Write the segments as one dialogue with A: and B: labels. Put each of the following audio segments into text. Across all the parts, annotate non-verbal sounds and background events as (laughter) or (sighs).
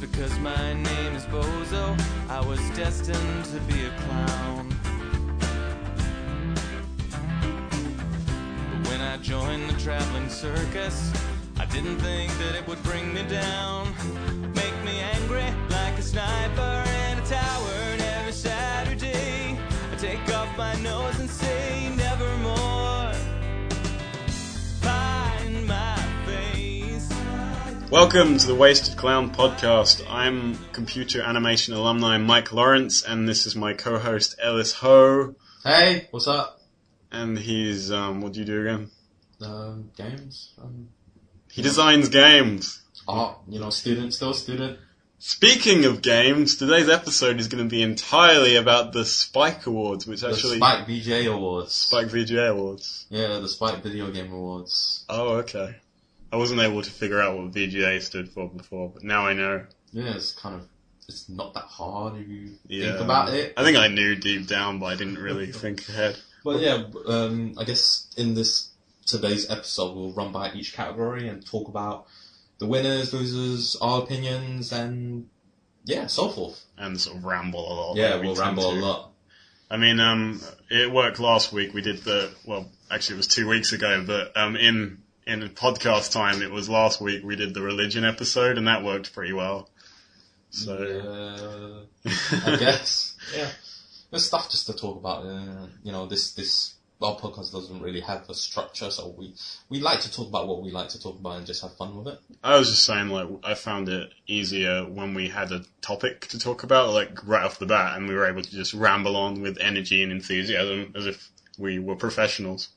A: because my name is Bozo. I was destined to be a clown. But when I joined the traveling circus, I didn't think that it would bring me down. Make me angry like a sniper in a tower. And every Saturday, I take off my nose and say, Nevermore. Find my face.
B: Welcome to the Wasted Clown podcast. I'm computer animation alumni Mike Lawrence, and this is my co-host Ellis Ho.
C: Hey, what's up?
B: And he's um, what do you do again?
C: Um, games, um,
B: He designs games.
C: art, you know, student, still student.
B: Speaking of games, today's episode is going to be entirely about the Spike Awards, which
C: The
B: actually
C: Spike VJ Awards.
B: Spike VGA Awards.
C: Yeah, the Spike Video Game Awards.
B: Oh, okay. I wasn't able to figure out what VGA stood for before, but now I know.
C: Yeah, it's kind of, it's not that hard if you
B: Yeah.
C: think about it.
B: I think I knew deep down, but I didn't really think ahead.
C: But yeah, um, I guess in this, today's episode, we'll run by each category and talk about the winners, losers, our opinions, and yeah, so forth.
B: And sort of ramble a lot.
C: Yeah,
B: We
C: we'll
B: tend
C: ramble a
B: to.
C: lot.
B: I mean, um, it worked last week. We did the well, actually, it was two weeks ago, but um, in in podcast time, it was last week. We did the religion episode, and that worked pretty well. So,
C: Yeah.
B: (laughs)
C: (laughs) I guess. Yeah. There's stuff just to talk about. Uh, you know, this this our podcast doesn't really have a structure, so we we like to talk about what we like to talk about and just have fun with it.
B: I was just saying, like, I found it easier when we had a topic to talk about, like right off the bat, and we were able to just ramble on with energy and enthusiasm as if we were professionals.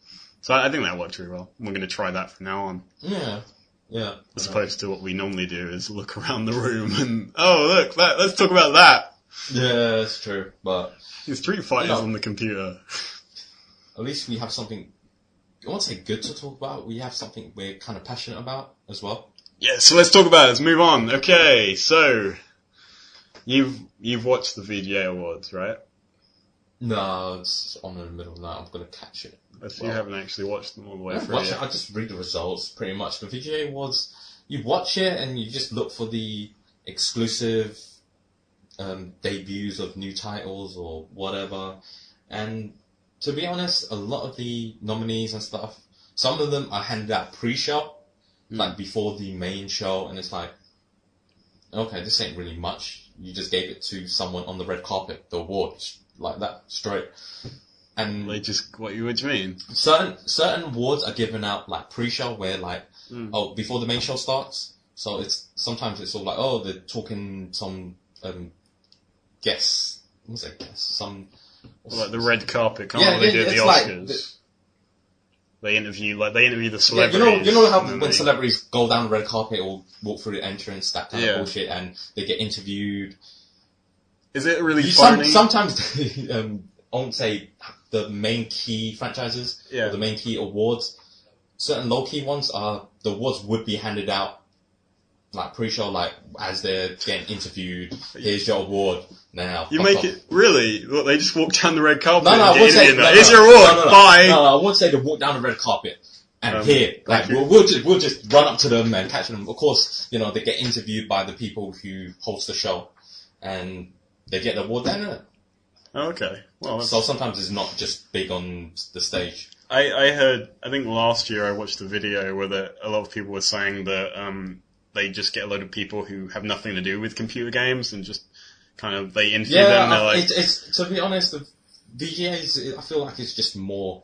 B: So I I think that worked really well. We're going to try that from now on.
C: Yeah. Yeah.
B: as opposed to what we normally do is look around the room and oh look that, let's talk about that
C: Yeah, it's true. But
B: it's street fighters
C: No.
B: on the computer
C: at least we have something. I won't say good to talk about. We have something we're kind of passionate about as well.
B: yeah so let's talk about it let's move on okay so you've you've watched the VGA awards right
C: No, it's on in the middle of the night. I'm gonna catch it.
B: if you
C: Well-
B: haven't actually watched them all the way
C: I've
B: through
C: watched it,
B: yet.
C: I just read the results pretty much. The VGA Awards, you watch it and you just look for the exclusive um, debuts of new titles or whatever. And to be honest, a lot of the nominees and stuff, some of them are handed out pre-show, like before the main show, and it's like, okay, this ain't really much. You just gave it to someone on the red carpet, the award, like that, straight. And
B: they just what you what do you mean
C: certain certain awards are given out like pre-show where like
B: Mm.
C: oh before the main show starts so it's sometimes it's all like oh they're talking some um guess what was it guess some
B: Well, like the red carpet can't
C: Yeah,
B: they
C: yeah,
B: do at the
C: it's like
B: Oscars
C: the-
B: they interview like they interview the
C: yeah, you
B: celebrities
C: know you know how
B: and then
C: when
B: they-
C: celebrities go down the red carpet or walk through the entrance that kind
B: Yeah.
C: of bullshit and they get interviewed
B: is it really
C: you, some,
B: funny
C: sometimes (laughs) they, um I won't say the main key franchises
B: yeah
C: or the main key awards. Certain low key ones are the awards would be handed out like pre-show, like as they're getting interviewed. Here's your award now.
B: You
C: fuck
B: make
C: off.
B: it really? Look, they just walk down the red carpet.
C: No, no,
B: and
C: I
B: get
C: would
B: in
C: say
B: and
C: no,
B: like,
C: no,
B: Here's
C: no,
B: your award.
C: No, no,
B: Bye.
C: No, no, I would say they walk down the red carpet. And
B: Um,
C: here, like
B: thank you.
C: we'll, we'll just we'll just run up to them and catch them. Of course, you know they get interviewed by the people who host the show, and they get the award then. uh,
B: Oh, okay. Well, that's-
C: So sometimes it's not just big on the stage.
B: I, I heard. I think last year I watched a video where the, a lot of people were saying that um, they just get a load of people who have nothing to do with computer games and just kind of they interview
C: Yeah,
B: them. And they're
C: I-
B: like,
C: it's, it's to be honest, the VGAs. I feel like it's just more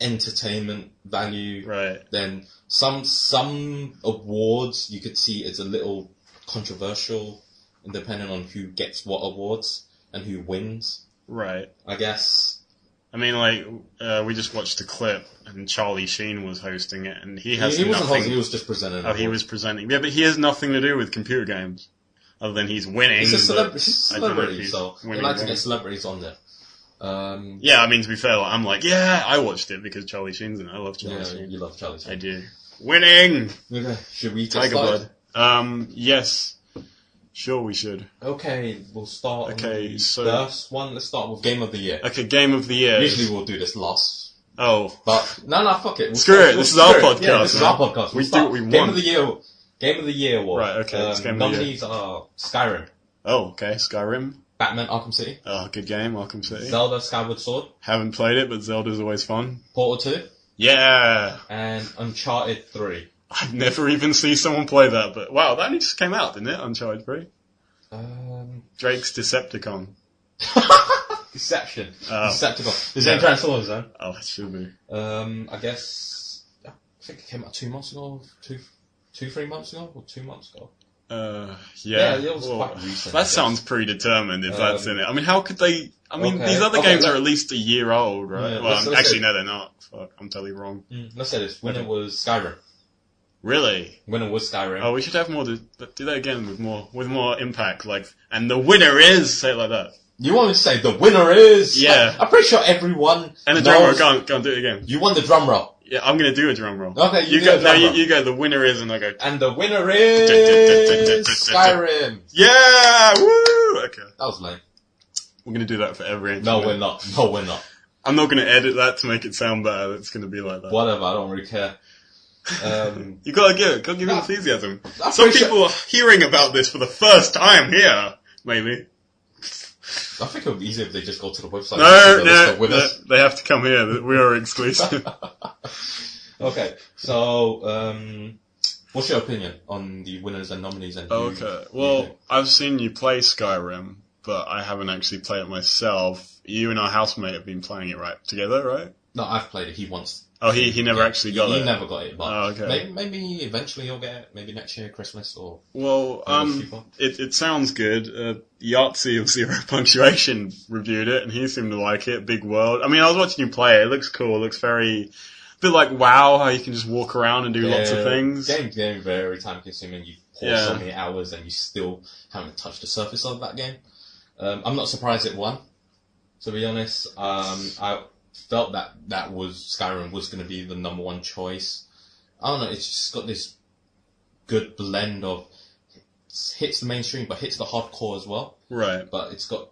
C: entertainment value
B: right.
C: than some some awards. You could see it's a little controversial, and depending on who gets what awards and who wins.
B: Right.
C: I guess.
B: I mean, like uh, we just watched a clip, and Charlie Sheen was hosting it, and he has
C: he, he
B: nothing.
C: wasn't hosting; he was just presenting.
B: oh, he was presenting. Yeah, but he has nothing to do with computer games, other than he's winning.
C: He's a
B: but-
C: celebrity, he's a
B: I don't know if
C: celebrity
B: he's
C: so we
B: winning
C: like to
B: games.
C: get celebrities on there. Um,
B: Yeah, I mean to be fair, like, I'm like, yeah, I watched it because Charlie Sheen's in it. I love Charlie
C: yeah,
B: Sheen.
C: you love Charlie.
B: I
C: Sheen.
B: do. Winning
C: Okay, should we get
B: Tiger
C: started?
B: Blood. Um, yes, sure we should.
C: Okay, we'll start.
B: Okay,
C: on the
B: so-
C: first one. Let's start with game of the year.
B: Okay, game of the year.
C: Usually we'll do this last,
B: oh,
C: but no, no, fuck it. We'll
B: Screw
C: start-
B: it,
C: we'll
B: this is our
C: screw it. Yeah,
B: podcast,
C: this is
B: man.
C: our podcast.
B: We
C: We'll
B: do
C: start.
B: what we
C: Game
B: want.
C: of the year. Game of the Year award.
B: Right, okay, it's Game of the Year.
C: nominees are Skyrim,
B: Oh, okay. Skyrim.
C: Batman: Arkham City,
B: Oh, good game. Arkham City.
C: Zelda: Skyward Sword,
B: Haven't played it, but Zelda's always fun.
C: Portal 2,
B: Yeah.
C: and Uncharted 3.
B: I've never even seen someone play that, but wow, that only just came out, didn't it? Uncharted 3.
C: Um, (laughs)
B: Drake's Decepticon.
C: Deception.
B: Oh.
C: Decepticon. The
B: Yeah.
C: same Transformers, though.
B: Oh, it should be.
C: Um, I guess I think it came out two months ago, two, two, three months ago, or two months ago.
B: Uh, yeah.
C: Yeah, it was
B: Well,
C: quite recent, I
B: That
C: guess.
B: sounds predetermined if that's
C: Um,
B: in it. I mean, how could they? I mean,
C: okay.
B: these other
C: Okay,
B: games
C: let-
B: are at least a year old, right?
C: Yeah,
B: well,
C: let's-
B: I'm-
C: let's
B: actually,
C: say-
B: no, they're not. Fuck, I'm totally wrong.
C: Mm, Let's say this: winner
B: Okay.
C: was Skyrim.
B: Really?
C: Winner was Skyrim.
B: Oh, we should have more. To, do that again with more with more impact. Like, and the winner is say it like that.
C: You want me to say the winner is?
B: Yeah.
C: (laughs) I'm pretty sure everyone.
B: And the drum roll.
C: knows-
B: Go on, go on, do it again.
C: You won the drum roll.
B: Yeah, I'm gonna do a drum roll.
C: Okay, Oh, you do
B: go.
C: a drum
B: no,
C: roll.
B: You, you go. The winner is, and I go.
C: And the winner is Skyrim.
B: Yeah! Woo! Okay.
C: That was lame.
B: We're gonna do that for every.
C: No,
B: internet.
C: we're not. No, we're not.
B: I'm not gonna edit that to make it sound better. It's gonna be like that.
C: Whatever. I don't really care.
B: (laughs)
C: Um,
B: You gotta give it. Gotta give it
C: No.
B: enthusiasm.
C: I'm
B: Some
C: pretty sure-
B: people are hearing about this for the first time here. Maybe.
C: I think it would be easier if they just go to the website.
B: No,
C: and see the list
B: no,
C: of winners.
B: no, they have to come here. We are
C: (laughs)
B: exclusive.
C: Okay, so um, what's your opinion on the winners and nominees? And who-
B: okay.
C: who you
B: Well,
C: think?
B: I've seen you play Skyrim, but I haven't actually played it myself. You and our housemate have been playing it right together, right?
C: no, I've played it. He wants.
B: Oh, he he never actually got
C: he
B: it.
C: never got it, but
B: Oh, okay.
C: maybe, maybe eventually he'll get it. Maybe next year, Christmas, or
B: Well,
C: Yeah,
B: um,
C: FIFA.
B: it, it sounds good. Uh, Yahtzee of Zero (laughs) Punctuation reviewed it, and he seemed to like it. Big World. I mean, I was watching you play. It It looks cool. It looks very a bit like WoW, how you can just walk around and do lots of
C: Yeah,
B: things.
C: Game's getting very time consuming. You pour
B: Yeah.
C: so many hours and you still haven't touched the surface of that game. Um, I'm not surprised it won. To be honest, um, I felt that that was Skyrim was going to be the number one choice. I don't know. It's just got this good blend of hits the mainstream, but hits the hardcore as well.
B: Right.
C: But it's got,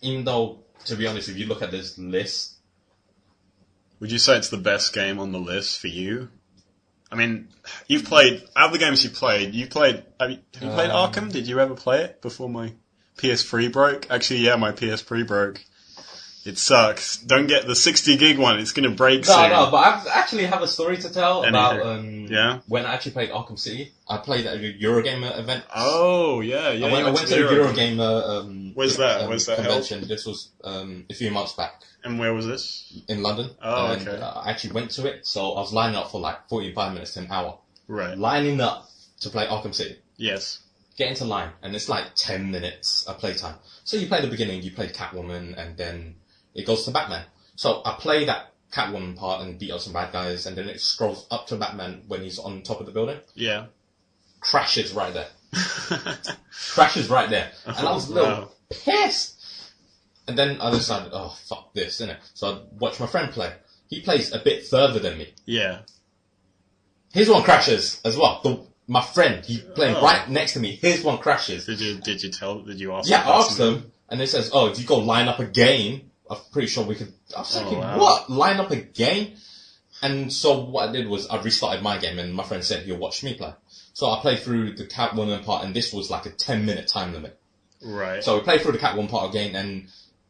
C: even though to be honest, if you look at this list,
B: Would you say it's the best game on the list for you? I mean, you've played out of the games you played. You played. Have you, have you played
C: Um,
B: Arkham? Did you ever play it before my PS3 broke? Actually, yeah, my PS3 broke. It sucks. Don't get the 60 gig one. It's gonna break
C: No,
B: soon.
C: no, but I actually have a story to tell
B: Anything.
C: about um,
B: Yeah?
C: when I actually played Arkham City. I played at a Eurogamer event.
B: Oh yeah, yeah.
C: I went,
B: you
C: I went to the
B: Europe.
C: Eurogamer um,
B: Where's that?
C: um,
B: Where's that
C: convention. This was um, a few months back
B: And where was this?
C: in London.
B: Oh,
C: and
B: okay.
C: I actually went to it, so I was lining up for like 45 minutes to an hour.
B: Right.
C: Lining up to play Arkham City.
B: Yes.
C: Get into line, and it's like 10 minutes of playtime. So you play the beginning, you play Catwoman, and then it goes to Batman. So I play that Catwoman part and beat up some bad guys, and then it scrolls up to Batman when he's on top of the building.
B: Yeah. (laughs)
C: Crashes right there. Crashes right there.
B: (laughs)
C: And I was a little
B: Wow.
C: pissed. And then I decided, oh, fuck this, innit? So I watched my friend play. He plays a bit further than me.
B: yeah.
C: His one crashes as well. The, my friend, he playing
B: Oh.
C: right next to me. His one crashes.
B: Did you Did you tell? Did you ask?
C: Yeah,
B: the
C: I asked
B: person?
C: them, and they says, "Oh, if you go line up a game, I'm pretty sure we could." I was
B: Oh,
C: thinking,
B: wow.
C: "What line up a game?" And so what I did was I restarted my game, and my friend said, "You'll watch me play." So I played through the Catwoman part, and this was like a ten minute time limit.
B: Right.
C: So we played through the Catwoman part again, and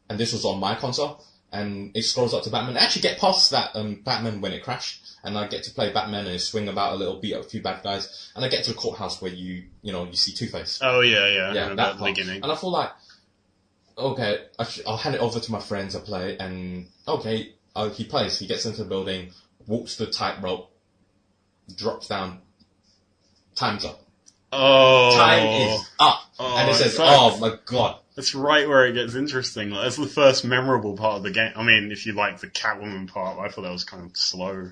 C: and this was on my console, and it scrolls up to Batman. I actually get past that um, Batman when it crashed, and I get to play Batman and swing about a little, beat up a few bad guys, and I get to the courthouse where you you know you see Two Face
B: oh yeah, yeah. I
C: yeah,
B: remember
C: that
B: the
C: part.
B: beginning.
C: And I feel like, okay, I sh- I'll hand it over to my friend to play, and okay, uh, he plays. He gets into the building, walks the tightrope, drops down. Time's up.
B: Oh.
C: Time is up,
B: Oh,
C: and it says,
B: fuck.
C: "Oh my god!"
B: That's right where it gets interesting. Like, that's the first memorable part of the game. I mean, if you like the Catwoman part, I thought that was kind of slow.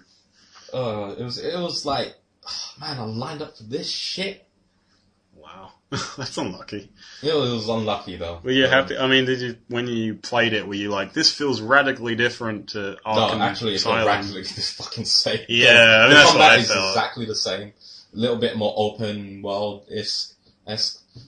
C: Uh, it was it was like, (sighs) man, I lined up for this shit.
B: Wow, (laughs) that's unlucky.
C: It was unlucky though.
B: Were you
C: Um,
B: happy? I mean, did you when you played it? Were you like, this feels radically different to Arkham
C: No, actually, it's
B: Asylum?
C: radically the fucking same.
B: Yeah, I mean,
C: the
B: that's what
C: combat
B: I
C: is
B: felt.
C: exactly the same. A little bit more open world is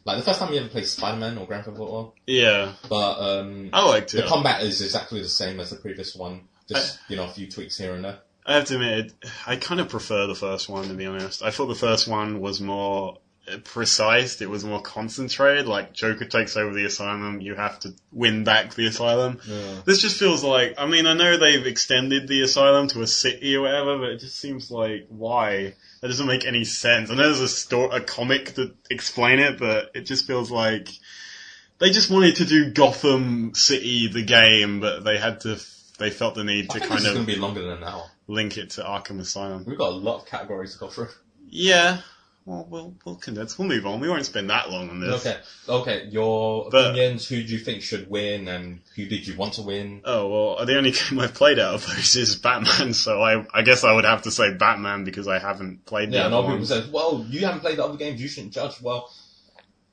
C: like the first time you ever played Spider Man or Grand Theft Auto,
B: Yeah,
C: but um,
B: I liked
C: the
B: it.
C: combat is exactly the same as the previous one. Just you know, a few tweaks here and there.
B: I have to admit, I kind of prefer the first one to be honest. I thought the first one was more uh, precise. It was more concentrated. Like Joker takes over the asylum, you have to win back the asylum.
C: Yeah.
B: This just feels like. I mean, I know they've extended the asylum to a city or whatever, but it just seems like why that doesn't make any sense. I know there's a sto- a comic to explain it, but it just feels like they just wanted to do Gotham City the game, but they had to. They felt the need
C: I
B: to
C: think
B: kind
C: this
B: of
C: is going to be longer than an hour.
B: link it to Arkham Asylum.
C: We've got a lot of categories to go through.
B: Yeah. Well, we'll we'll condense. We'll move on. We won't spend that long on this.
C: Okay, okay. Your
B: But-
C: opinions. Who do you think should win, and who did you want to win?
B: Oh well, the only (laughs) game I've played out of those is Batman, so I I guess I would have to say Batman because I haven't played the
C: Yeah, and
B: other
C: other people
B: ones.
C: said, "Well, you haven't played the other games. You shouldn't judge." Well,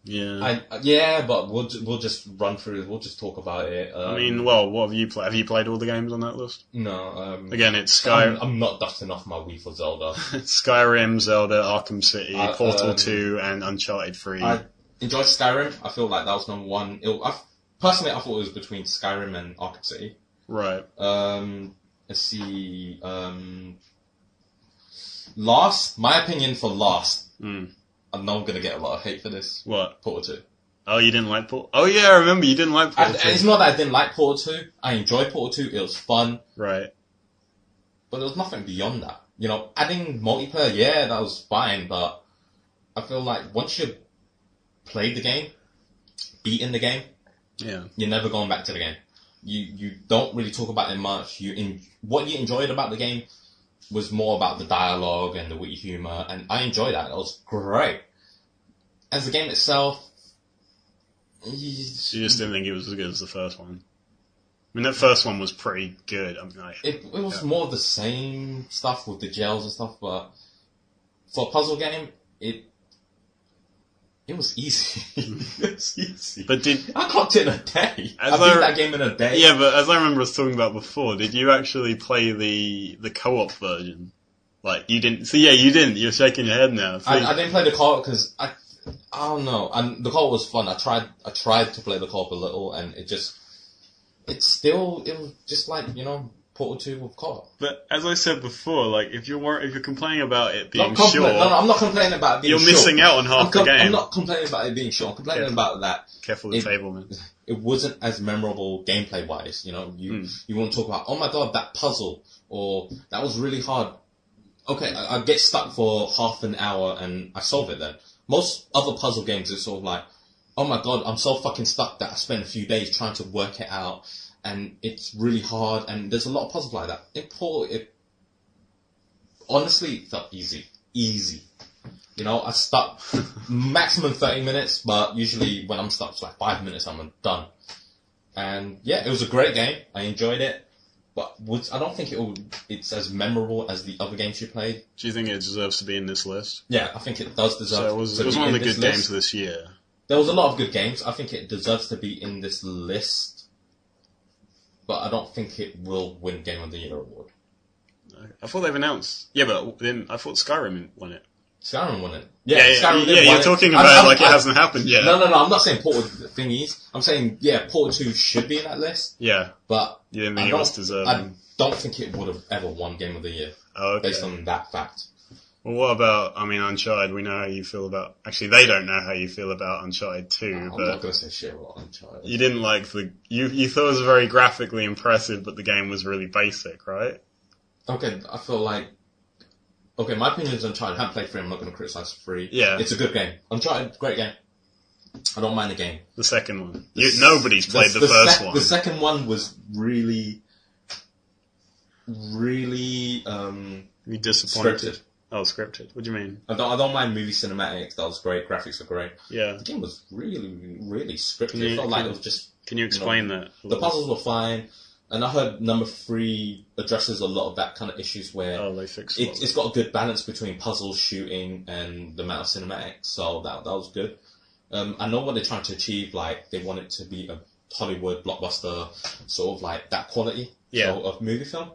B: yeah. I,
C: I yeah, but we'll ju- we'll just run through. We'll just talk about it. Um,
B: mean, well, what have you played? Have you played all the games on that list?
C: no. Um,
B: Again, it's Sky,
C: I'm, I'm not dusting off my Wii
B: (laughs)
C: for Zelda.
B: Skyrim, Zelda, Arkham City,
C: I-
B: Portal
C: um,
B: Two, and Uncharted Three.
C: I enjoyed Skyrim. I feel like that was number one. It, I, personally, I thought it was between Skyrim and Arkham City.
B: right.
C: Um, let's see. Um, last, my opinion for last.
B: Mm.
C: I know I'm gonna get a lot of hate for this.
B: What?
C: Portal Two.
B: Oh, you didn't like Portal? Oh yeah, I remember you didn't like
C: And,
B: Portal.
C: and
B: 2.
C: it's not that I didn't like Portal Two. I enjoyed Portal Two. It was fun,
B: Right.
C: but there was nothing beyond that. You know, adding multiplayer, yeah, that was fine, but I feel like once you played the game, beaten the game,
B: Yeah.
C: you're never going back to the game. You you don't really talk about it much. You in what you enjoyed about the game was more about the dialogue and the witty humor, and I enjoyed that. That was great. As the game itself,
B: So you just
C: it,
B: didn't think it was as good as the first one. I mean, that first one was pretty good. I mean, I,
C: it was
B: Yeah.
C: more of the same stuff with the jails and stuff. But for a puzzle game, it it was easy. (laughs) it was easy.
B: but did
C: I clocked it in a day. I
B: As
C: beat
B: I-
C: that game in a day.
B: yeah, but as I remember us talking about before, did you actually play the the co-op version? Like you didn't. So yeah, you didn't. You're shaking your head now. So,
C: I, I didn't play the co because I, I don't know. And the co was fun. I tried, I tried to play the co a little, and it just, it's still, it was just like you know Portal Two with co-op.
B: but as I said before, like if you're wor- if you're complaining about it being
C: Not compla-
B: short,
C: No, no, I'm not complaining about it being
B: you're
C: short.
B: missing out on half
C: I'm, com-
B: the game.
C: I'm not complaining about it being short. I'm complaining
B: Yeah.
C: about that
B: Careful with
C: It-
B: the table, man.
C: it wasn't as memorable gameplay wise. You know, you you want to talk about, oh my god, that puzzle or that was really hard. Okay, I, I get stuck for half an hour and I solve it then. Most other puzzle games are sort of like, oh my god, I'm so fucking stuck that I spent a few days trying to work it out and it's really hard and there's a lot of puzzles like that. In Portal, it honestly it felt easy. Easy. You know, I stuck maximum 30 minutes, but usually when I'm stuck, it's like five minutes, I'm done. And yeah, it was a great game. I enjoyed it. But was, I don't think it will, it's as memorable as the other games you played.
B: Do you think it deserves to be in this list?
C: Yeah, I think it does deserve
B: So it was
C: to
B: it was
C: be
B: one of
C: in
B: the
C: this
B: good
C: list.
B: games this year.
C: There was a lot of good games. I think it deserves to be in this list. But I don't think it will win Game of the Year award.
B: I thought they've announced. Yeah, but then I thought Skyrim won it.
C: Skyrim won it.
B: Yeah, yeah,
C: Skyrim did
B: yeah,
C: win
B: you're
C: it.
B: talking
C: I-
B: about
C: I-
B: it like
C: I-
B: it hasn't happened yet.
C: No, no, no. I'm not saying Portal thingies. I'm saying yeah, Portal Two should be in that list,
B: Yeah,
C: but
B: you didn't
C: I
B: think it
C: don't-
B: was deserving.
C: I don't think it would have ever won Game of the Year
B: Oh, okay.
C: based on that fact.
B: Well, what about? I mean, Uncharted. We know how you feel about. Actually, they don't know how you feel about Uncharted Two,
C: I'm not
B: but
C: gonna say shit about Uncharted.
B: you didn't like the. You you thought it was very graphically impressive, but the game was really basic, right?
C: Okay, I feel like okay. My opinion is Uncharted. I haven't played Three. I'm not gonna criticize Three.
B: Yeah.
C: it's a good game. Uncharted, great game. I don't mind the game.
B: The second one. You, nobody's played the,
C: sec-
B: first one.
C: The second one was really, really um,
B: you
C: scripted.
B: disappointed. Oh, scripted. What do you mean?
C: I don't, I don't mind movie cinematics. That was great. Graphics are great.
B: Yeah.
C: The game was really, really scripted.
B: Can you-
C: it felt like
B: can-
C: it was just
B: Can you explain that? a
C: the
B: little?
C: puzzles were fine, and I heard number three addresses a lot of that kind of issues where
B: Oh, they fixed
C: it,
B: it.
C: it's got a good balance between puzzle shooting and the amount of cinematics. So that that was good. Um, I know what they're trying to achieve. Like they want it to be a Hollywood blockbuster, sort of like that quality
B: Yeah.
C: sort of movie film.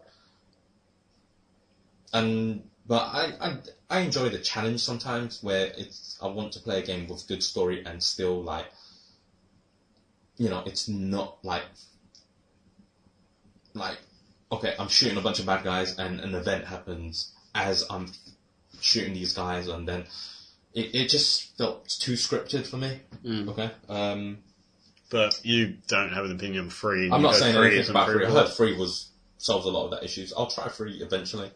C: And but I, I I enjoy the challenge sometimes where it's I want to play a game with good story and still like you know it's not like like okay, I'm shooting a bunch of bad guys, and an event happens as I'm shooting these guys, and then it, it just felt too scripted for me.
B: Mm.
C: Okay, um,
B: But you don't have an opinion on free.
C: I'm
B: You
C: not
B: go
C: saying
B: free
C: anything
B: is
C: about free. I
B: improvable.
C: heard free was solves a lot of that issues. I'll try free eventually.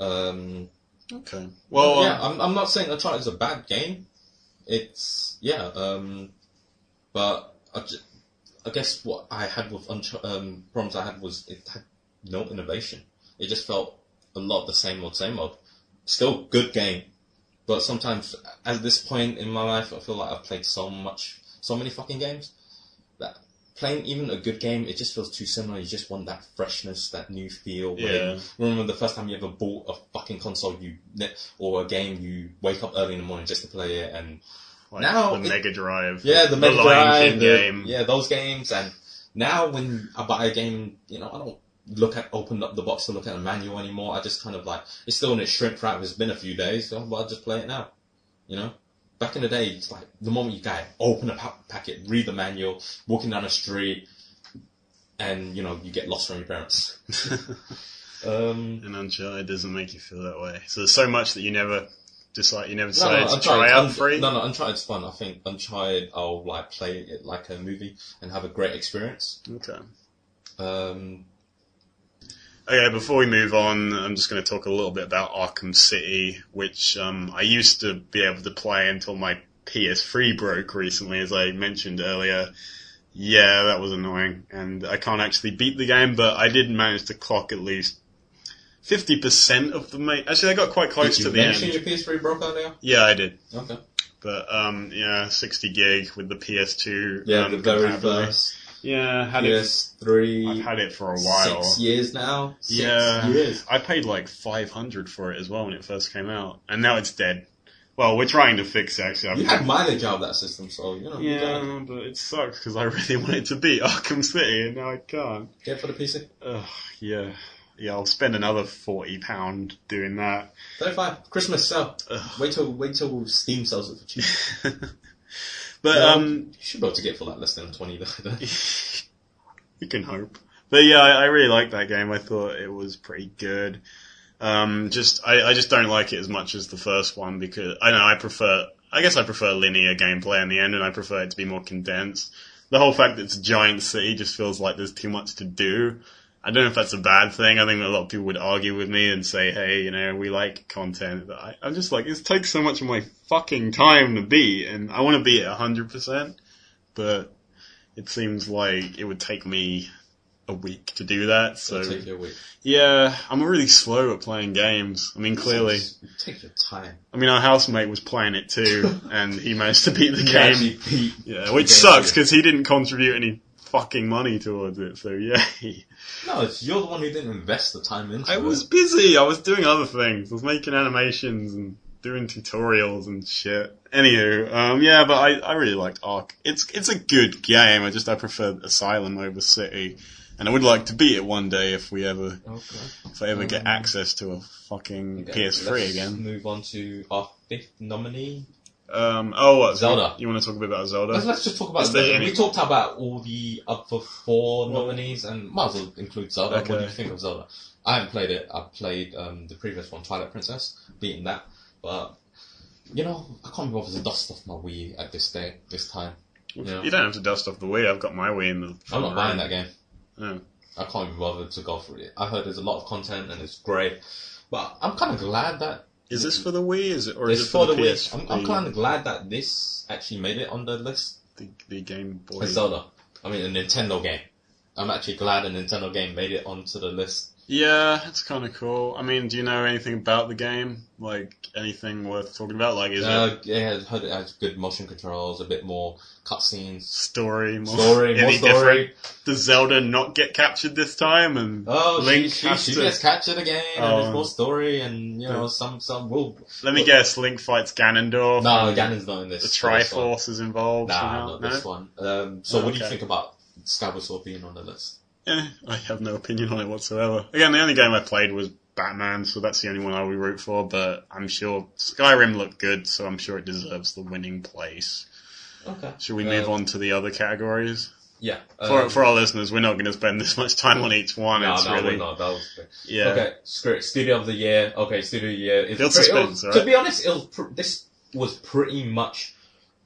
C: Um,
B: Okay. Well,
C: yeah,
B: um,
C: I'm, I'm not saying Uncharted is a bad game. It's yeah, um, but I, ju- I guess what I had with Unch- um, problems I had was it had no innovation. It just felt a lot the same old, same old. Still good game, but sometimes at this point in my life, I feel like I've played so much, so many fucking games that playing even a good game, it just feels too similar. You just want that freshness, that new feel. where
B: Yeah.
C: Remember the first time you ever bought a fucking console, you ne- or a game, you wake up early in the morning just to play it, and
B: like
C: now
B: the
C: it-
B: Mega Drive.
C: yeah, the Mega
B: Lion
C: Drive,
B: King
C: the-
B: game.
C: yeah, those games. And now when I buy a game, you know, I don't look at open up the box to look at a manual anymore. I just kind of like it's still in its shrink wrap. It's been a few days, so well, I'll just play it now. You know, back in the day, it's like the moment you got it, open a pa- packet, read the manual, walking down the street, and you know you get lost from your parents.
B: (laughs)
C: um,
B: And Uncharted doesn't make you feel that way. So there's so much that you never, just like you never
C: No, no,
B: decided to
C: Uncharted-
B: try out
C: Un-
B: free.
C: No, no, Uncharted's fun. I think Uncharted, I'll like play it like a movie and have a great experience.
B: Okay.
C: Um,
B: Okay, before we move on, I'm just going to talk a little bit about Arkham City, which um, I used to be able to play until my PS3 broke recently, as I mentioned earlier. Yeah, that was annoying, and I can't actually beat the game, but I did manage to clock at least 50% of the main. Actually, I got quite close
C: did you
B: to the
C: mention
B: end.
C: your PS3 broke earlier?
B: Yeah, I did.
C: Okay.
B: But um, yeah, 60 gig with the PS2.
C: Yeah,
B: um,
C: the very
B: compatibility.
C: first
B: Yeah, had it. I've
C: PS3.
B: had it for a while.
C: Six years now. Six
B: yeah,
C: years.
B: I paid like 500 for it as well when it first came out, and now it's dead. Well, we're trying to fix it actually. I've
C: You had mileage out of that system, so you know you gotta
B: Um, yeah, but it sucks because I really (laughs) wanted to beat Arkham City, and now I can't.
C: get for the PC.
B: Ugh, yeah, yeah, I'll spend another 40 pound doing that.
C: Thirty-five Christmas sale.
B: Ugh.
C: Wait till wait till Steam sells it for cheap.
B: but
C: Yeah.
B: um,
C: you should be able to get for like less than twenty. though. (laughs)
B: you can hope. But yeah, I, I really liked that game. I thought it was pretty good. Um, just I, I just don't like it as much as the first one because I don't know I prefer I guess I prefer linear gameplay in the end, and I prefer it to be more condensed. The whole fact that it's a giant city just feels like there's too much to do. I don't know if that's a bad thing. I think a lot of people would argue with me and say, "Hey, you know, we like content." But I, I'm just like, it takes so much of my fucking time to beat, and I want to beat it 100. percent But it seems like it would take me a week to do that. So
C: It'll take you a week.
B: yeah, I'm really slow at playing games. I mean, clearly.
C: take your time.
B: I mean, our housemate was playing it (laughs) too, and he managed to beat the
C: You
B: game.
C: actually beat
B: Yeah,
C: the
B: which
C: game
B: sucks
C: for you.
B: because he didn't contribute any fucking money towards it. So yeah,
C: No, it's, you're the one who didn't invest the time into
B: I
C: it.
B: was busy. I was doing other things. I was making animations and doing tutorials and shit. Anywho, um, yeah, but I, I really liked Ark. It's it's a good game. I just I prefer Asylum over City, and I would like to beat it one day if we ever
C: Okay.
B: if I ever get
C: Um,
B: access to a fucking
C: Okay,
B: PS3
C: let's
B: again.
C: Move on to our fifth nominee.
B: Um, oh, what?
C: Zelda.
B: You want to talk a bit about Zelda?
C: Let's, let's just talk about
B: Is there
C: Zelda.
B: any-
C: We talked about all the other four
B: Well-
C: nominees, and might as well include Zelda. What do
B: Okay.
C: you think of Zelda? I haven't played it. I played um, the previous one, Twilight Princess, beating that. But you know, I can't be bothered to dust off my Wii at this day, this time. You know,
B: You don't have to dust off the Wii. I've got my Wii in the.
C: I'm not buying that game.
B: No.
C: I can't be bothered to go through it. I heard there's a lot of content and it's great, but I'm kind of glad that
B: Is this for the Wii? Is it or
C: it's
B: is it
C: for the
B: PS?
C: Wii. I'm, I'm kind of glad that this actually made it on the list.
B: the, the Game Boy.
C: A Zelda. I mean, a Nintendo game. I'm actually glad a Nintendo game made it onto the list.
B: Yeah, it's kind of cool. I mean, do you know anything about the game? Like anything worth talking about? Like is it
C: Uh, yeah, I heard it has good motion controls, a bit more cutscenes,
B: story more (laughs)
C: story,
B: any
C: more
B: different?
C: story.
B: Does Zelda not get captured this time? And
C: Oh,
B: Link
C: she, she,
B: has
C: she
B: to-
C: gets captured again, and
B: Oh.
C: there's more story, and you know, some some will.
B: let me guess, Link fights Ganondorf.
C: uh, No,
B: and
C: Ganon's not in this.
B: The
C: this one.
B: Triforce is involved.
C: Nah,
B: somehow?
C: not
B: no? Oh,
C: this one. Um, so, what do you
B: Okay.
C: think about Skyward Sword being on the list?
B: Eh, I have no opinion on it whatsoever. Again, the only game I played was Batman, so that's the only one I would root for, but I'm sure Skyrim looked good, so I'm sure it deserves the winning place.
C: Okay.
B: Should we
C: Uh,
B: move on to the other categories?
C: Yeah.
B: For,
C: um,
B: for our listeners, we're not going to spend (laughs) this much time on each one.
C: no,
B: it's
C: no,
B: really
C: we're not. That was the-
B: yeah.
C: Okay, screw it. Studio of the year. Okay, studio of the year. It's
B: Build
C: pretty-
B: suspense,
C: it was-
B: alright?
C: To be honest, it was pr- this was pretty much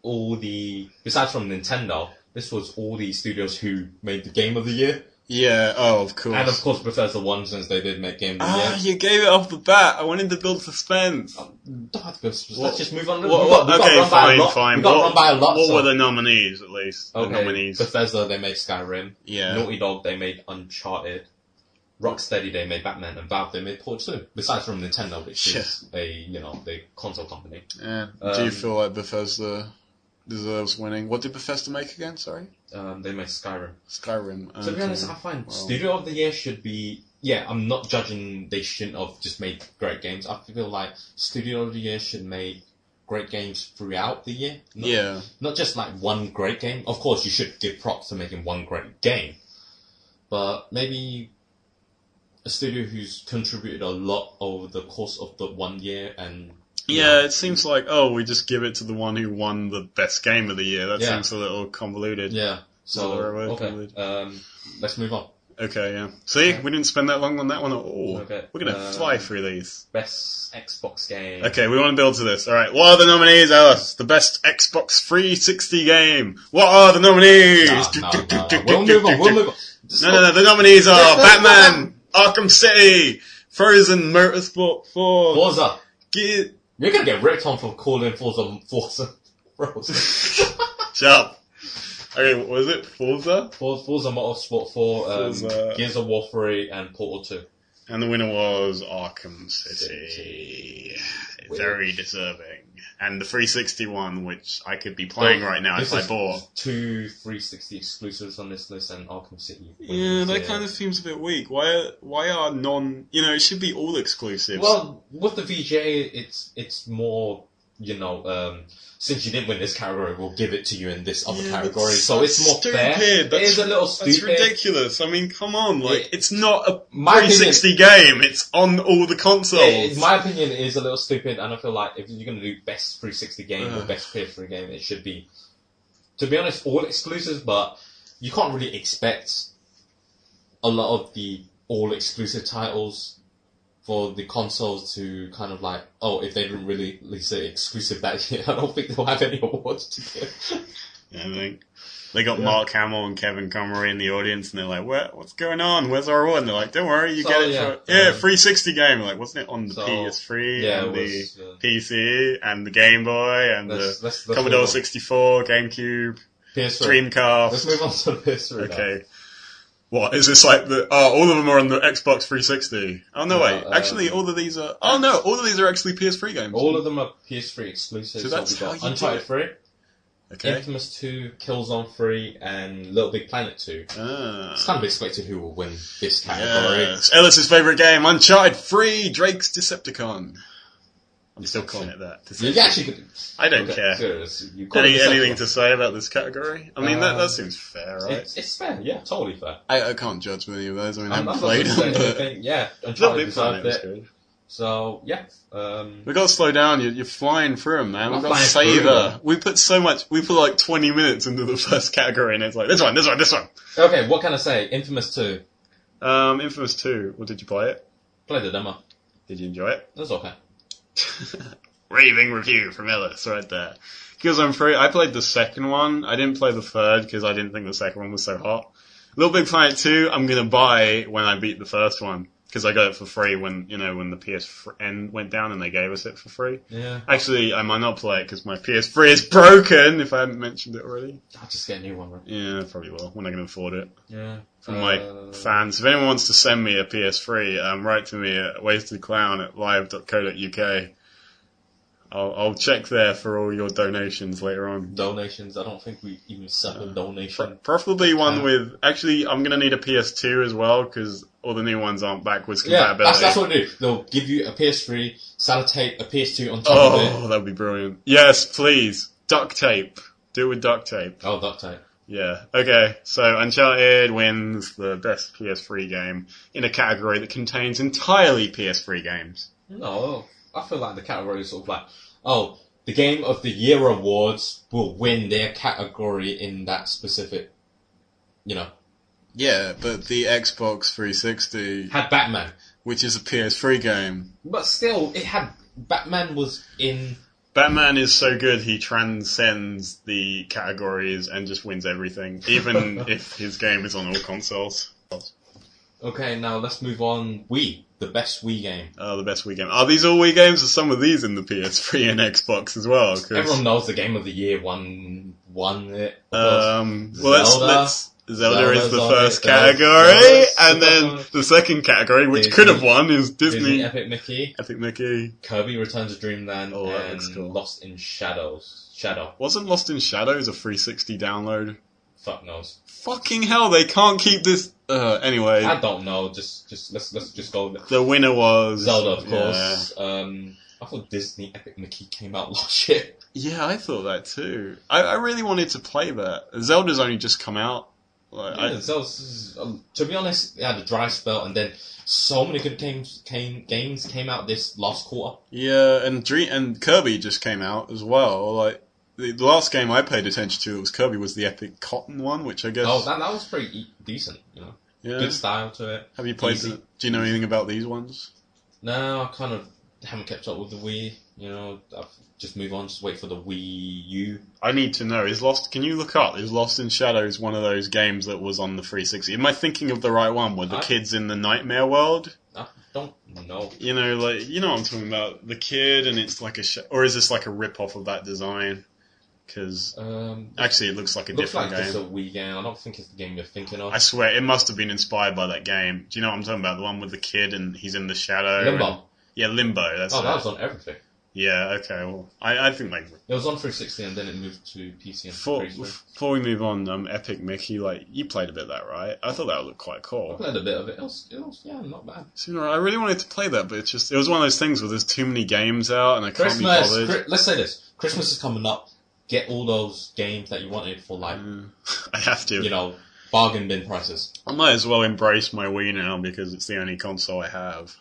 C: all the besides from Nintendo. This was all the studios who made the game of the year,
B: Yeah. Oh, of course.
C: and of course Bethesda won since they did make game of the
B: ah,
C: year.
B: you gave it off the bat. I wanted to build suspense.
C: Don't have to go. Let's
B: What-
C: just move on.
B: What-
C: we got, we
B: what-
C: got
B: okay,
C: run by a
B: fine,
C: lot.
B: fine.
C: We got
B: what
C: run by a lot.
B: what
C: so-
B: were the nominees, at least? The
C: okay,
B: nominees.
C: Bethesda they made Skyrim.
B: yeah.
C: Naughty Dog they made Uncharted. Rocksteady they made Batman, and Valve they made Portal 2. Besides from Nintendo, which is a you know the console company.
B: yeah. Do
C: um,
B: you feel like Bethesda deserves winning? What did Bethesda make again? Sorry?
C: Um, they made Skyrim.
B: Skyrim.
C: To be
B: okay.
C: honest, I find
B: Well.
C: Studio of the Year should be. Yeah, I'm not judging they shouldn't have just made great games. I feel like Studio of the Year should make great games throughout the year. Not,
B: yeah.
C: Not just like one great game. Of course, you should give props to making one great game. But maybe a studio who's contributed a lot over the course of the one year and. you
B: Yeah,
C: know,
B: it seems like, oh, we just give it to the one who won the best game of the year. That
C: Yeah.
B: seems a little convoluted.
C: Yeah. So,
B: Another way of
C: okay.
B: doing
C: Um, let's move on.
B: Okay, yeah. See,
C: Yeah.
B: we didn't spend that long on that one at all.
C: Okay,
B: We're going to
C: um,
B: fly through these.
C: Best Xbox game.
B: Okay, we want to build to this. All right, what are the nominees, Alice? The best Xbox 360 game. What are the nominees?
C: No, no, no, no. We'll move on. We'll move on. Just
B: No, no, no. The nominees (laughs)
C: No,
B: are
C: no,
B: Batman, Arkham City, Frozen, Motorsport 4.
C: Forza.
B: Get
C: You're gonna get ripped on for calling Forza Forza Forza,
B: up. Okay, what was it? Forza?
C: Forza Motorsport 4, um,
B: Forza.
C: Gears of War 3, and Portal 2.
B: And the winner was Arkham City. Very deserving. And the 360 one, which I could be playing right now
C: Oh, This
B: if I
C: is
B: bought.
C: Two 360 exclusives on this list, and Arkham City.
B: Yeah,
C: wins
B: that
C: it.
B: kind of seems a bit weak. Why? Why are non? You know, it should be all exclusives.
C: Well, with the VGA, it's it's more. You know, um, since you didn't win this category, we'll give it to you in this other
B: Yeah, that's
C: category. So it's more
B: stupid.
C: fair. It
B: That's-
C: is a little
B: that's
C: stupid.
B: ridiculous. I mean, come on, like
C: Yeah.
B: it's not a
C: My opinion-
B: 360 game. It's on all the consoles.
C: Yeah, in my opinion, it is a little stupid, and I feel like if you're going to do best 360 game or
B: Ugh.
C: best PS3 game, it should be, to be honest, all exclusives. But you can't really expect a lot of the all exclusive titles for the consoles to kind of like, oh, if they didn't really release it exclusive that year, (laughs) I don't think they'll have any awards to give.
B: I think they got
C: Yeah.
B: Mark Hamill and Kevin Conroy in the audience, and they're like, "What? What's going on? Where's our award?" And they're like, "Don't worry, you
C: So,
B: get it
C: yeah,
B: for yeah,
C: um,
B: 360 game." Like, wasn't it on the
C: so,
B: PS3
C: yeah, it
B: and the
C: was. Uh,
B: PC and the Game Boy and uh,
C: let's, let's,
B: the
C: let's
B: Commodore
C: move on.
B: 64, GameCube,
C: PS3.
B: Dreamcast?
C: Let's move on to the PS3. now.
B: Okay. What is this like? The oh, all of them are on the Xbox 360. Oh no,
C: No,
B: wait.
C: um,
B: actually, all of these are. Oh no, all of these are actually PS3 games.
C: All of them are PS3 exclusives.
B: So
C: So
B: that's
C: we've got
B: how you do
C: Uncharted
B: it.
C: 3,
B: okay.
C: Infamous 2, Killzone 3, and Little Big Planet 2. It's
B: Ah.
C: kind of expected who will win this category.
B: Yes. Ellis's favorite game, Uncharted 3, Drake's Decepticon. I'm still calling it that.
C: You
B: Decepticon.
C: actually could.
B: I don't
C: okay,
B: care.
C: serious. You call
B: Any,
C: it
B: anything
C: acceptable.
B: to say about this category? I mean, that,
C: Um,
B: that seems fair, right?
C: It's, it's fair, yeah, totally fair.
B: I, I can't judge many of those. I mean, I
C: I'm
B: haven't
C: not
B: played
C: gonna say
B: them, but.
C: anything. Yeah,
B: Little
C: Uncharted
B: Big Planet
C: deserved
B: was
C: it.
B: good.
C: So, yeah. Um,
B: We gotta slow down. You're, you're flying through 'em, man.
C: I'm
B: We've got to
C: flying through
B: savor. We put so much. We put like 20 minutes into the (laughs) first category, and it's like this one, this one, this one.
C: okay, what can I say? Infamous 2.
B: Um, Infamous 2. Well, did you play it?
C: Play the demo.
B: Did you enjoy it?
C: That's okay.
B: (laughs) Raving review from Ellis right there. Because I'm free. I played the second one. I didn't play the third because I didn't think the second one was so hot. Little Big Planet 2. I'm gonna buy when I beat the first one because I got it for free when you know when the PSN went down and they gave us it for free.
C: Yeah.
B: Actually, I might not play it because my PS3 is broken. If I haven't mentioned it already.
C: I'll just get a new one, right?
B: Yeah, I probably will. We're not going to afford it.
C: Yeah.
B: From
C: Uh,
B: my fans, if anyone wants to send me a PS3, um, write to me at wastedclown at live.co.uk. I'll, I'll check there for all your donations later on.
C: Donations, I don't think we even set a
B: Pro-
C: donation
B: Preferably one
C: Uh,
B: with. Actually, I'm going to need a PS2 as well because all the new ones aren't backwards
C: Yeah,
B: compatibility.
C: that's, that's what they do. They'll give you a PS3, sellotape a PS2 on top of
B: oh,
C: it.
B: that'd be brilliant. Yes, please. Duct tape. Do it with duct tape.
C: Oh, duct tape.
B: Yeah. Okay. So Uncharted wins the best PS3 game in a category that contains entirely PS3 games.
C: No, I feel like the category is sort of like, oh, the Game of the Year awards will win their category in that specific you know,
B: Yeah, but the Xbox 360,
C: had Batman.
B: which is a PS3 game,
C: But still, it had Batman was in.
B: Batman is so good he transcends the categories and just wins everything, (laughs) even if his game is on all consoles.
C: Okay, now let's move on. Wii, the best Wii game.
B: Oh, the best Wii game. Are these all Wii games? Are some of these in the PS3 and Xbox as well? 'Cause,
C: Everyone knows the game of the year won won it.
B: um, well, let's,
C: Zelda.
B: let's. Zelda is
C: Zelda's
B: the
C: on it,
B: first
C: Zelda's-
B: category,
C: Zelda's-
B: and then the second category, which
C: Disney.
B: could have won, is Disney,
C: Disney Epic Mickey,
B: Epic Mickey.
C: Kirby Returns to Dreamland,
B: Oh, that
C: and
B: looks cool.
C: Lost in Shadows. Shadow,
B: Wasn't Lost in Shadows a 360 download?
C: fuck knows.
B: Fucking hell, they can't keep this. Uh, anyway,
C: I don't know. Just, just let's let's just go. With
B: the winner was
C: Zelda, of
B: Yeah.
C: course. Um, I thought Disney Epic Mickey came out (laughs) last year.
B: Yeah, I thought that too. I, I really wanted to play that. Zelda's only just come out. Like,
C: Yeah, so, so- to be honest, it had a dry spell, and then so many good games came games came out this last quarter.
B: I, yeah, and Dream and Kirby just came out as well. Like the, the last game I paid attention to that was Kirby was the Epic Cotton one, which I guess.
C: Oh, that, that was pretty e- decent, you know,
B: yeah.
C: good style to it.
B: Have you played?
C: easy.
B: The, do you know anything about these ones?
C: No, I kind of haven't kept up with the Wii. You know, I've just move on, just wait for the Wii U.
B: I need to know. Is Lost? Can you look up? Is Lost in Shadows one of those games that was on the 360? Am I thinking of the right one? Were the
C: I-
B: kids in the Nightmare World?
C: I don't know.
B: You know, like you know what I'm talking about. The kid, and it's like a, sh- or is this like a rip off of that design? Because
C: Um,
B: actually, it looks like a
C: looks like
B: different
C: just a
B: game.
C: Wii game. I don't think it's the game you're thinking of.
B: I swear, it must have been inspired by that game. Do you know what I'm talking about? The one with the kid and he's in the shadow.
C: Limbo.
B: and- yeah, Limbo. That's
C: Oh,
B: it.
C: that was on everything.
B: Yeah. Okay. Well, I, I think like
C: It was on 360, and then it moved to PC and
B: before,
C: 360.
B: before we move on, um, Epic Mickey, like you played a bit of that, right? I thought that looked quite
C: I
B: cool.
C: played a bit of it. It was, it was yeah, not bad.
B: Sooner, I really wanted to play that, but it's just it was one of those things where there's too many games out and I can't be
C: Christmas.
B: bothered.
C: Chri- let's say this: Christmas is coming up. Get all those games that you wanted for like
B: Mm. (laughs) I have to.
C: you know bargain bin prices.
B: I might as well embrace my Wii now because it's the only console I have.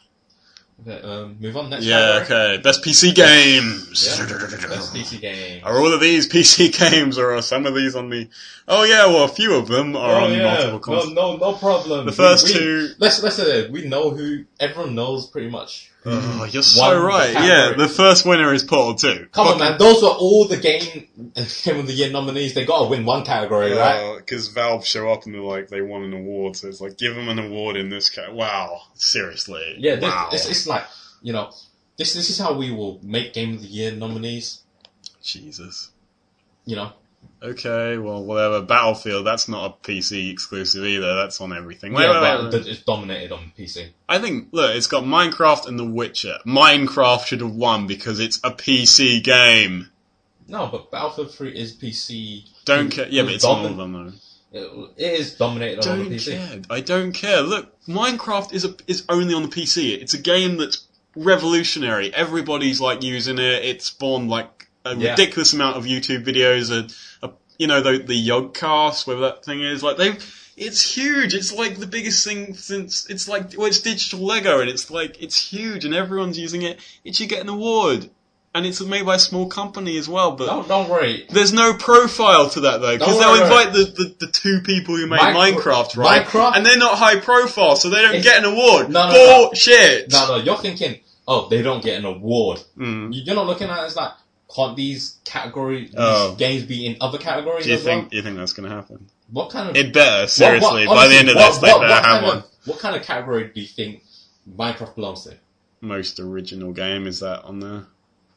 C: Okay, um, move on next.
B: yeah,
C: category.
B: okay. Best PC games.
C: Best PC game.
B: Are all of these (laughs) PC games, or are some of these on the? Oh yeah, well a few of them
C: Oh,
B: are on multiple consoles.
C: no, no, no problem.
B: The first
C: We- we-
B: two-
C: Let's let's say this, we know who everyone knows pretty much. who
B: Oh, you're
C: won
B: so
C: the
B: right.
C: category.
B: Yeah, the first winner is Portal Two.
C: Come on, man. Those were all the game (laughs) game of the year nominees. They gotta win one category, right?
B: Because Uh, Valve show up and they're like, they won an award, so it's like, give them an award in this cat. Wow, seriously.
C: Yeah. This,
B: wow.
C: this, it's like you know, this this is how we will make game of the year nominees.
B: Jesus.
C: You know,
B: Okay, well, whatever. Battlefield, that's not a PC exclusive either. That's on everything. Wait,
C: yeah,
B: wait,
C: but-
B: wait, wait.
C: but it's dominated on PC.
B: I think look, it's got Minecraft and The Witcher. Minecraft should have won because it's a PC game.
C: No, but Battlefield 3 is PC.
B: Don't care. Yeah, but it's on all of
C: Domin-
B: them though.
C: It it is dominated on the
B: Don't
C: PC.
B: care. I don't care. Look, Minecraft is a, is only on the PC. It's a game that's revolutionary. Everybody's like using it. It spawned like a
C: Yeah.
B: ridiculous amount of YouTube videos. A, a, you know the the Yogcast, whatever that thing is. Like they've. It's huge. It's like the biggest thing since it's like well, it's digital Lego, and it's like it's huge, and everyone's using it. It should get an award, and it's made by a small company as well. But
C: Don't, don't worry.
B: there's no profile to that though, because
C: Don't
B: they'll
C: worry,
B: invite the, the, the two people who made
C: Minecraft-
B: Minecraft, right?
C: Minecraft-
B: And they're not high profile, so they don't
C: It's-
B: get an award.
C: No, no, no.
B: Bullshit.
C: No, no, you're thinking, oh, they don't get an award.
B: Mm.
C: You- You're not looking at it as like, can't these categories, these
B: Oh.
C: games be in other categories
B: Do you
C: as well?
B: think you think that's gonna happen?
C: What kind of.
B: It better
C: what- what-
B: seriously. By
C: honestly,
B: the end of
C: what-
B: this, they
C: what-
B: better
C: what
B: have
C: kind
B: one.
C: Of, what kind of category do you think Minecraft belongs to?
B: Most original game is that on there?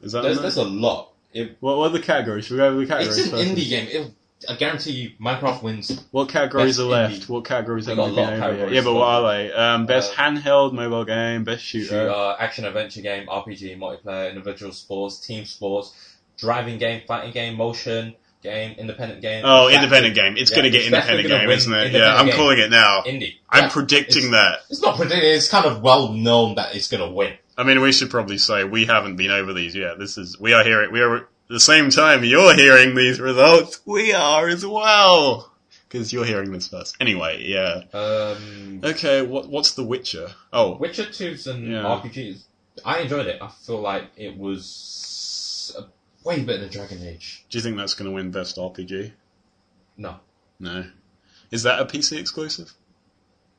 B: Is that
C: There's,
B: on there?
C: there's a lot. It,
B: What, what are the categories? Should we go over the
C: it's
B: categories?
C: an
B: first?
C: indie game. It, I guarantee you, Minecraft wins.
B: What categories
C: Best
B: are left?
C: indie.
B: What categories
C: They
B: have
C: got
B: we
C: a
B: been
C: lot of
B: over yet?
C: categories.
B: Yeah, but what are they? Um, best
C: Uh,
B: handheld mobile game, best shooter,
C: Shooter, uh, action adventure game, RPG, multiplayer, individual sports, team sports, driving game, fighting game, motion game, independent game.
B: Oh,
C: Exactly.
B: independent game. It's
C: Yeah,
B: going to get
C: it's definitely
B: independent
C: gonna
B: game,
C: win
B: isn't it? Yeah,
C: independent
B: I'm
C: game.
B: calling it now.
C: Indie.
B: I'm
C: Yeah,
B: predicting
C: it's-
B: that.
C: It's not predicted. It's kind of well known that it's going to win.
B: I mean, we should probably say we haven't been over these yet. This is we are hearing we are at the same time you're hearing these results. We are as well because you're hearing this first. Anyway, yeah.
C: Um,
B: Okay, what what's The Witcher? Oh,
C: Witcher 2's an
B: Yeah.
C: RPG. I enjoyed it. I feel like it was uh, way better than Dragon Age.
B: do you think that's going to win Best RPG?
C: No.
B: No. Is that a PC exclusive,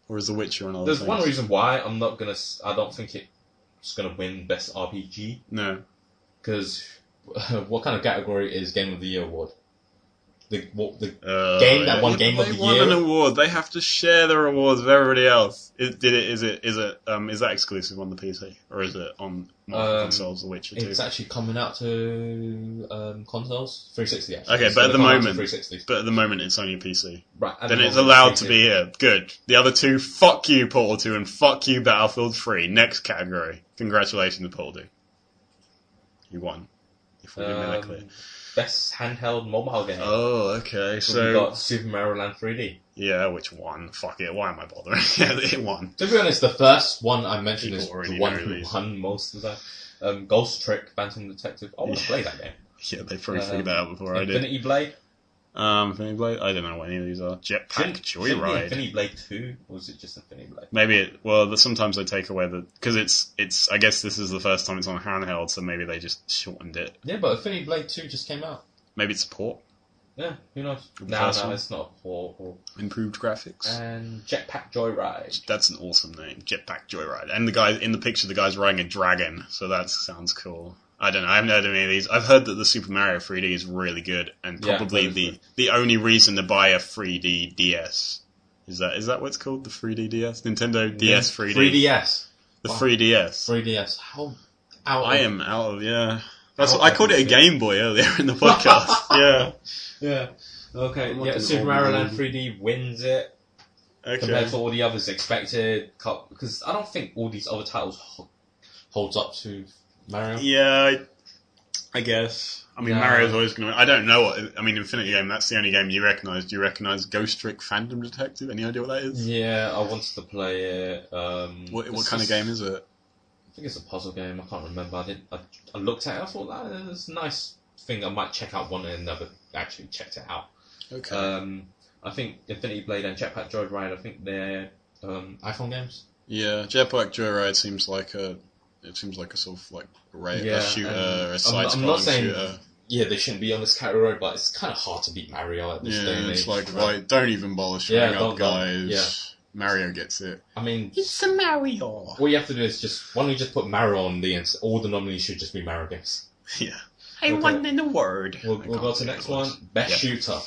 B: or is The Witcher on other
C: There's
B: things?
C: one reason why I'm not gonna. s- I don't think it's gonna win best RPG
B: No,
C: because (laughs) what kind of category is Game of the Year award? The what the
B: uh,
C: Game that
B: yeah.
C: won
B: What-
C: Game of
B: they
C: the
B: won
C: Year?
B: an award. They have to share their awards with everybody else. Is, did it? Is it? Is it? Um, is that exclusive on the PC, or is it on multiple
C: Um,
B: consoles? The Witcher Two.
C: it's actually coming out to um, consoles 360. Actually,
B: Okay,
C: It's
B: but at
C: gonna
B: the
C: come out to
B: moment-
C: 360.
B: But at the moment, it's only PC.
C: Right, at
B: then
C: the
B: it's
C: moment,
B: allowed to
C: 360.
B: be here. Good. The other two, fuck you, Portal 2, and fuck you, Battlefield 3. Next category. Congratulations, Portal 2. You won. If we can make that
C: Um,
B: clear.
C: best handheld mobile game.
B: Oh, okay.
C: we
B: So,
C: got Super Mario Land 3D.
B: yeah, which one? Fuck it. Why am I bothering? (laughs) yeah, it won.
C: To be honest, the first one I mentioned
B: People
C: is
B: already
C: the one
B: know
C: who
B: these.
C: won most of the time. Um, Ghost Trick, Phantom Detective. I want to
B: Yeah.
C: play that game.
B: Yeah, they probably
C: Um,
B: figured that out before I did.
C: Infinity Blade.
B: Um, Infinity Blade? I don't know what any of these are. Jetpack
C: Shouldn't- shouldn't it be
B: Joyride.
C: Infinity Blade 2, or is it just Infinity Blade?
B: Maybe it. Well, the- sometimes they take away the because it's it's. I guess this is the first time it's on handheld, so maybe they just shortened it.
C: Yeah, but Infinity Blade 2 just came out.
B: Maybe it's support,
C: Yeah, who knows?
B: The
C: No,
B: first
C: no,
B: one?
C: it's not a horrible.
B: improved graphics.
C: And Jetpack Joyride.
B: That's an awesome name, Jetpack Joyride. And the guy in the picture, the guy's riding a dragon, so that sounds cool. I don't know. I haven't heard of any of these. I've heard that the Super Mario 3D is really good, and
C: Yeah,
B: probably
C: that is
B: the
C: good.
B: the only reason to buy a 3D DS is that is that what it's called, the 3D DS, Nintendo DS 3D,
C: 3DS.
B: the 3DS.
C: 3DS. How out
B: I
C: of-
B: am out of yeah. That's
C: Out
B: what, I called
C: of
B: it a
C: it.
B: Game Boy earlier in the podcast.
C: (laughs)
B: yeah.
C: Yeah. Okay,
B: I'm like
C: yeah,
B: an
C: Super
B: old
C: Mario
B: man.
C: Land 3D wins it. compared to
B: Okay.
C: all the others expected. Because I don't think all these other titles ho- holds up to Mario.
B: Yeah. I, I guess. I mean,
C: No.
B: Mario's always going to. I don't know what. I mean, Infinity Game. That's the only game you recognise. Do you recognise Ghost Trick Phantom Detective? Any idea what that is?
C: Yeah, I wanted to play it. Um,
B: What, what
C: it's
B: kind of
C: just-
B: game is it?
C: I think it's a puzzle game. I can't remember. I didn't. I, I looked at it. I thought that is a nice thing. I might check out one and never actually checked it out.
B: Okay.
C: Um, I think Infinity Blade and Jetpack Joyride. I think they're um, iPhone games.
B: yeah, Jetpack Joyride seems like a. It seems like a sort of like ra-
C: Yeah,
B: a shooter,
C: and
B: a
C: I'm-
B: side
C: I'm not
B: scrolling
C: saying-
B: shooter.
C: Yeah, they shouldn't be on this category, but it's kind of hard to beat Mario at this day
B: Yeah,
C: and
B: it's
C: age,
B: like
C: right?
B: like don't even bother showing
C: Yeah,
B: up,
C: don't bother.
B: guys.
C: Yeah.
B: Mario gets it.
C: I mean,
B: It's a Mario.
C: All you have to do is just why don't you just put Mario on the ins- all the nominees should just be Mario games.
B: (laughs) Yeah.
C: Okay.
B: won in a word.
C: We'll,
B: I
C: we'll
B: can't
C: go to the
B: think
C: next
B: of words.
C: one, best
B: Yeah.
C: shooter,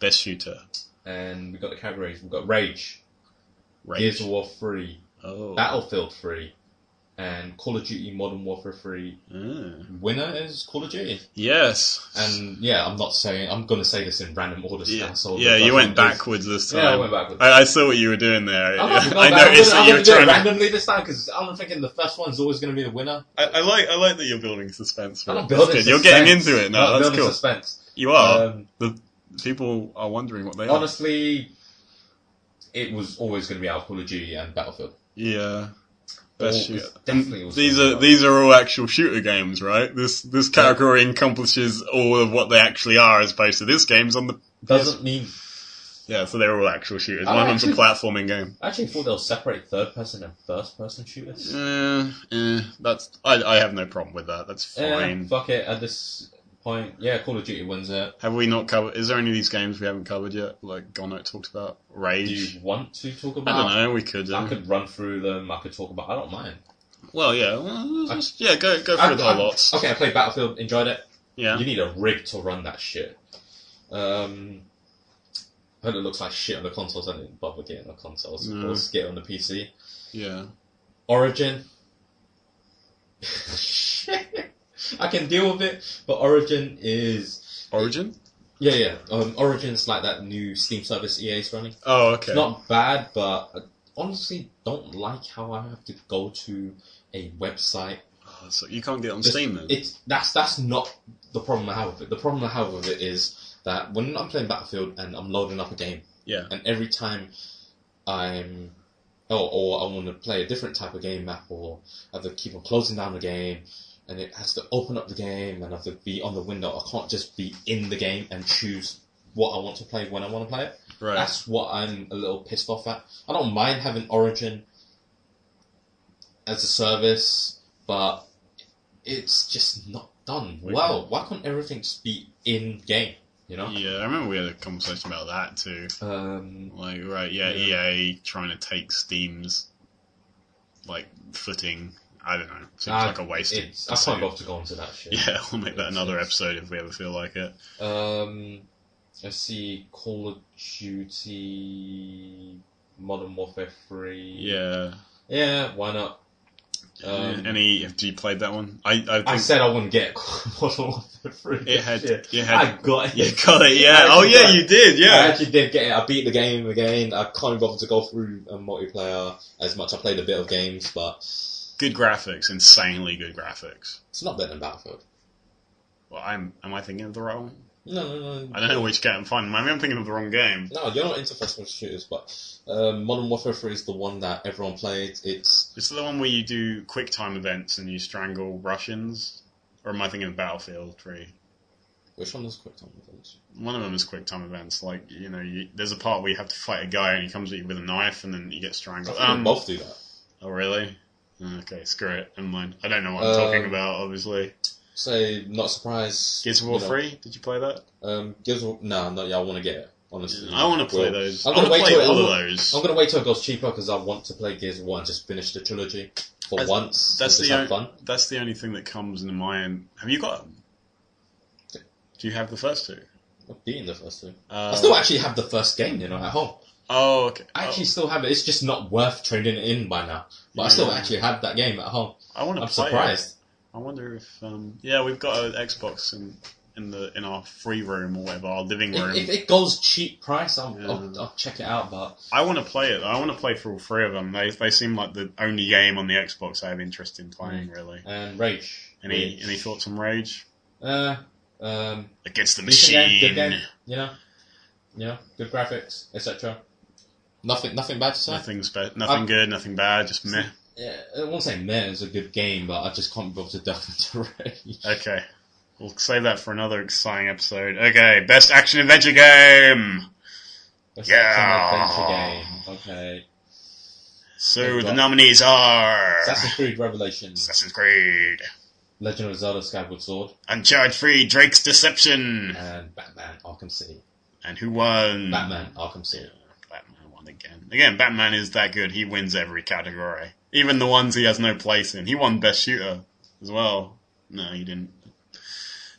B: Best shooter.
C: and we got the categories. We've got Rage,
B: Rage.
C: Gears of War three,
B: Oh.
C: Battlefield three, and Call of Duty Modern Warfare three.
B: Ah.
C: Winner is Call of Duty,
B: Yes.
C: and yeah, I'm not saying I'm gonna say this in random order. so
B: yeah,
C: that's all
B: yeah
C: the
B: you went
C: judgment is-
B: backwards this time.
C: Yeah, I went backwards.
B: I, I saw what you were doing there.
C: I'm
B: Yeah.
C: not gonna
B: (laughs)
C: go
B: I
C: back. I'm
B: noticed that
C: gonna- I'm
B: you
C: gonna
B: were
C: do it
B: trying to.
C: randomly this time because I'm thinking the first one's always going to be the winner.
B: I, I like I like that you're building suspense. For
C: I'm
B: it.
C: not
B: That's
C: building
B: good. You're getting
C: suspense.
B: into it
C: I'm not
B: now. That's
C: building
B: cool.
C: suspense.
B: You are.
C: Um,
B: People are wondering what they are.
C: honestly, it was always going to be out of Call of Duty and Battlefield.
B: Yeah. Best
C: Or-
B: shooter.
C: Oh, Definitely. was
B: These
C: gonna
B: are
C: be
B: these are all actual shooter games, right? This this category encompasses all of what they actually are, as opposed to this game's on the
C: out. Doesn't mean.
B: yeah. So they're all actual shooters.
C: I
B: One of them's a
C: actually-
B: platforming game.
C: I actually thought they'll separate third person and first person shooters.
B: Eh, eh, that's I, I have no problem with that. That's
C: Eh,
B: fine.
C: fuck it. At this point, yeah, Call of Duty wins it.
B: Have we not covered? Is there any of these games we haven't covered yet? Like Gono talked about
C: Do
B: Rage.
C: you want to talk
B: I
C: about?
B: don't know. We could.
C: I
B: Um,
C: could run through them. I could talk about. I don't mind.
B: well, yeah. well,
C: I-
B: just- yeah. Go go
C: I-
B: through the
C: I-
B: lots.
C: Okay, I played Battlefield. Enjoyed it.
B: Yeah.
C: You need a rig to run that shit. Um, I heard it looks like shit on the consoles. I didn't bother getting the consoles. Of
B: No.
C: course, get it on the PC.
B: Yeah.
C: Origin. (laughs) I can deal with it, but Origin is
B: Origin.
C: yeah, yeah. Um, Origin's like that new Steam service EA's running.
B: Oh, okay.
C: It's not bad, but I honestly don't like how I have to go to a website.
B: Oh, so you can't get it on
C: Just-
B: Steam then.
C: It's that's that's not the problem I have with it. The problem I have with it is that when I'm playing Battlefield and I'm loading up a game,
B: yeah.
C: and every time I'm oh, or I want to play a different type of game map, or I have to keep on closing down the game, and it has to open up the game, and I have to be on the window. I can't just be in the game and choose what I want to play when I want to play it.
B: Right.
C: That's what I'm a little pissed off at. I don't mind having Origin as a service, but it's just not done
B: We-
C: well. Why can't everything just be in game? You know.
B: Yeah, I remember we had a conversation about that too.
C: Um,
B: Like, right, yeah,
C: Yeah.
B: EA trying to take Steam's like footing. I don't know. Seems
C: I-
B: like a waste. of
C: it's, I can't
B: pursuit.
C: bother to go into that shit.
B: Yeah, (laughs) we'll make that
C: It's-
B: another
C: it's-
B: episode if we ever feel like it.
C: Um, let's see, Call of Duty, Modern Warfare 3.
B: Yeah.
C: Yeah, why not? Um,
B: Any? Have you played that one? I I, think
C: I (laughs) said I wouldn't get Modern Warfare 3.
B: it had
C: Shit.
B: it had
C: I got
B: you
C: it.
B: got it. (laughs)
C: (laughs)
B: Yeah.
C: I
B: Oh
C: actually
B: yeah,
C: got it.
B: you did.
C: I
B: Yeah.
C: actually did get it. I beat the game again. I can't bother to go through a multiplayer as much. I played a bit of games, but it's
B: Good graphics. Insanely good graphics.
C: not better than Battlefield.
B: Well, I'm am I thinking of the wrong?
C: No, no, no.
B: I don't know which game I'm finding. Maybe I'm thinking of the wrong game.
C: No, you're not into first person shooters, but um, Modern Warfare 3 is the one that everyone played. It's
B: Is it the one where you do quick time events and you strangle Russians? Or am I thinking of Battlefield 3?
C: which one was Quick Time Events?
B: One of them is quick time events. Like, you know, you, there's a part where you have to fight a guy and he comes at you with a knife and then you get
C: I
B: strangled.
C: think
B: Um,
C: we both do that.
B: oh, really? Okay, screw it. Never mind. I don't know what I'm talking
C: Um,
B: about, obviously.
C: So not surprised.
B: Gears of War
C: you know,
B: 3? Did you play that?
C: Um, Gears of Nah, no, yeah, I want to get it. Honestly,
B: I want to play
C: Well,
B: those. I
C: I'm
B: want
C: gonna
B: to
C: wait
B: play
C: till it-
B: all
C: I'm
B: of
C: gonna-
B: those.
C: I'm gonna wait till it goes cheaper because I want to play Gears of War and just finish the trilogy for
B: That's-
C: once. and
B: that's
C: just
B: the
C: have fun.
B: That's the only thing that comes into my end. Have you got them? Do you have the first two?
C: I've beaten the first two.
B: Uh,
C: I still actually have the first game, you know, at home.
B: Oh, okay.
C: I
B: Oh.
C: actually still have it. It's just not worth trading it in by now. But I still
B: Yeah.
C: actually have that game at home.
B: I want to
C: I'm
B: play. it.
C: surprised.
B: I wonder if um, yeah, we've got an Xbox in in the in our free room or whatever, our living room.
C: If, if it goes cheap price, I'll,
B: Yeah.
C: I'll, I'll check it out. But
B: I want to play it. I want to play for all three of them. They they seem like the only game on the Xbox I have interest in
C: Mm.
B: playing. Really.
C: and um, Rage.
B: Any
C: Rage.
B: any thoughts on Rage?
C: Uh, um,
B: Against the
C: Decent game,
B: machine.
C: Good game, you know, you know, good graphics, etc. Nothing, nothing bad to say.
B: Nothing spe- nothing
C: I-
B: good, nothing bad, just meh.
C: (laughs) Yeah, I won't say meh is a good game, but I just can't be bothered to delve into (laughs) Rage.
B: Okay. We'll save that for another exciting episode. Okay, best action adventure game.
C: That's
B: Yeah.
C: an adventure game. Okay,
B: So
C: We've
B: the
C: got-
B: nominees are
C: Assassin's Creed Revelations,
B: Assassin's Creed,
C: Legend of Zelda: Skyward Sword,
B: Uncharted 3, Drake's Deception.
C: and Batman: Arkham City.
B: And who won?
C: Uh, Batman: Arkham City.
B: Batman won again. Again, Batman is that good. He wins every category. Even the ones he has no place in. He won Best Shooter as well. No, he didn't.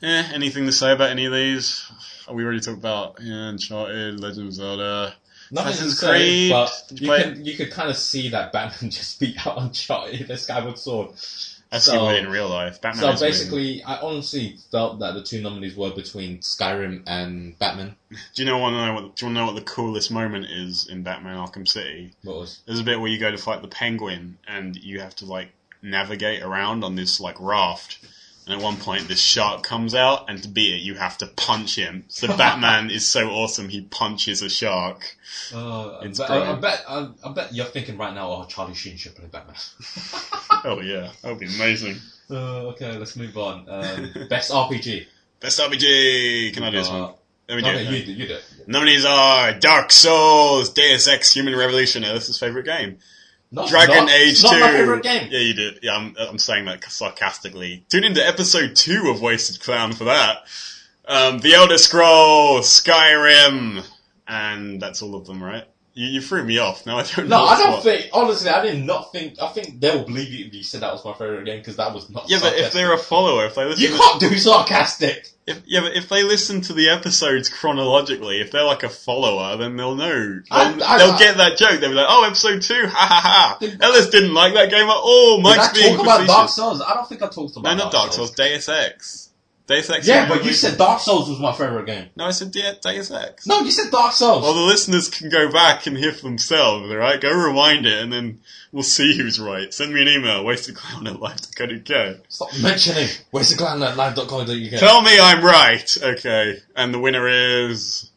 B: Eh, anything to say about any of these? We already talked about yeah, Uncharted, Legend of Zelda.
C: Nothing to
B: Assassin's
C: say,
B: Creed,
C: but
B: did you
C: you
B: play
C: can you could kind of see that Batman (laughs) just beat out Uncharted: and Skyward Sword.
B: That's
C: So-
B: so, in real life. Batman
C: So
B: is winning.
C: basically, I honestly felt that the two nominees were between Skyrim and Batman.
B: Do you know want to know what? Do you want to know what the coolest moment is in Batman: Arkham City?
C: What was?
B: There's a bit where you go to fight the Penguin, and you have to like navigate around on this like raft. And at one point, this shark comes out, and to beat it, you have to punch him. So
C: (laughs)
B: Batman is so awesome; he punches a shark.
C: Uh,
B: It's
C: but I, I
B: brilliant.
C: bet I, I bet you're thinking right now, oh, Charlie Sheen should play Batman. (laughs)
B: Oh yeah, that would be amazing.
C: uh, okay, let's move on.
B: (laughs)
C: Um, best RPG.
B: Best RPG. Can I do this
C: Uh,
B: one? Let me
C: no,
B: do
C: no,
B: it.
C: you do, you do. it.
B: Nominees are Dark Souls, Deus Ex, Human Revolution. Now, That's his favorite game.
C: Not,
B: Dragon
C: Oh, not-
B: Age
C: not
B: 2.
C: my favorite game.
B: Yeah, you do. Yeah, I'm, I'm saying that sarcastically. Tune into episode 2 of Wasted Clown for that. Um, the Elder Scrolls, Skyrim, and that's all of them, right? You, you threw me off. Now I don't
C: No,
B: know.
C: I don't
B: what-
C: think. Honestly, I did not think. I think they'll believe you if you said that was my favorite game because that was not.
B: Yeah, but if
C: sarcastic.
B: they're a follower, if they listen,
C: you can't do sarcastic.
B: if, yeah, but if they listen to the episodes chronologically, if they're like a follower, then they'll know. They'll,
C: I- I-
B: they'll
C: I-
B: get that joke. They'll be like, "Oh, episode two, ha ha ha."
C: Did-
B: Ellis didn't like that game at all.
C: Did I
B: Mike's being
C: talk about
B: facetious.
C: Dark Souls? I don't think I talked about.
B: no, not Dark Souls. Deus Ex. Deus Ex.
C: Yeah, but you said Dark Souls was my favorite game.
B: No, I said De- Deus Ex.
C: No, you said Dark Souls.
B: Well, the listeners can go back and hear for themselves, alright? Go rewind it and then we'll see who's right. Send me an email, wastedclown at life.co.uk.
C: Stop mentioning where's the clan at live.co.uk.
B: Tell me I'm right! Okay. And the winner is.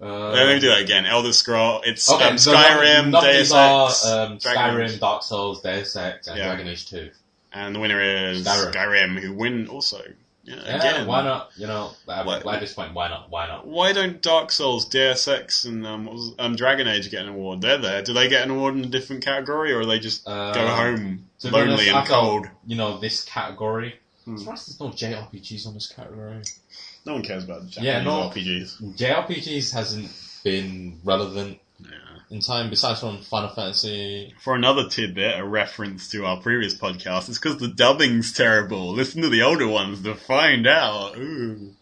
C: Uh,
B: Let me do that again. Elder Scroll. It's
C: Okay,
B: um,
C: so
B: Skyrim,
C: nom-
B: Deus
C: nominees
B: Ex,
C: are, um,
B: Dragon
C: Skyrim,
B: Age.
C: Dark Souls, Deus Ex, and
B: Yeah.
C: Dragon Age 2.
B: And the winner is
C: Skyrim.
B: Skyrim, who win also. Yeah,
C: Yeah,
B: again.
C: why not? You know, at,
B: Why-
C: at this point, why not? Why not?
B: Why don't Dark Souls, Deus Ex, and um, what was, um, Dragon Age get an award? They're there. Do they get an award in a different category, or are they just
C: Uh,
B: go home
C: to be
B: lonely
C: honest, I
B: and
C: felt-
B: cold?
C: You know, this category.
B: Hmm.
C: Surprised there's no JRPGs on this category.
B: No one cares about Japanese
C: Yeah, no.
B: RPGs.
C: JRPGs hasn't been relevant
B: Hmm. Yeah.
C: in time besides from Final Fantasy.
B: For another tidbit, a reference to our previous podcast, it's because the dubbing's terrible. Listen to the older ones to find out. Ooh.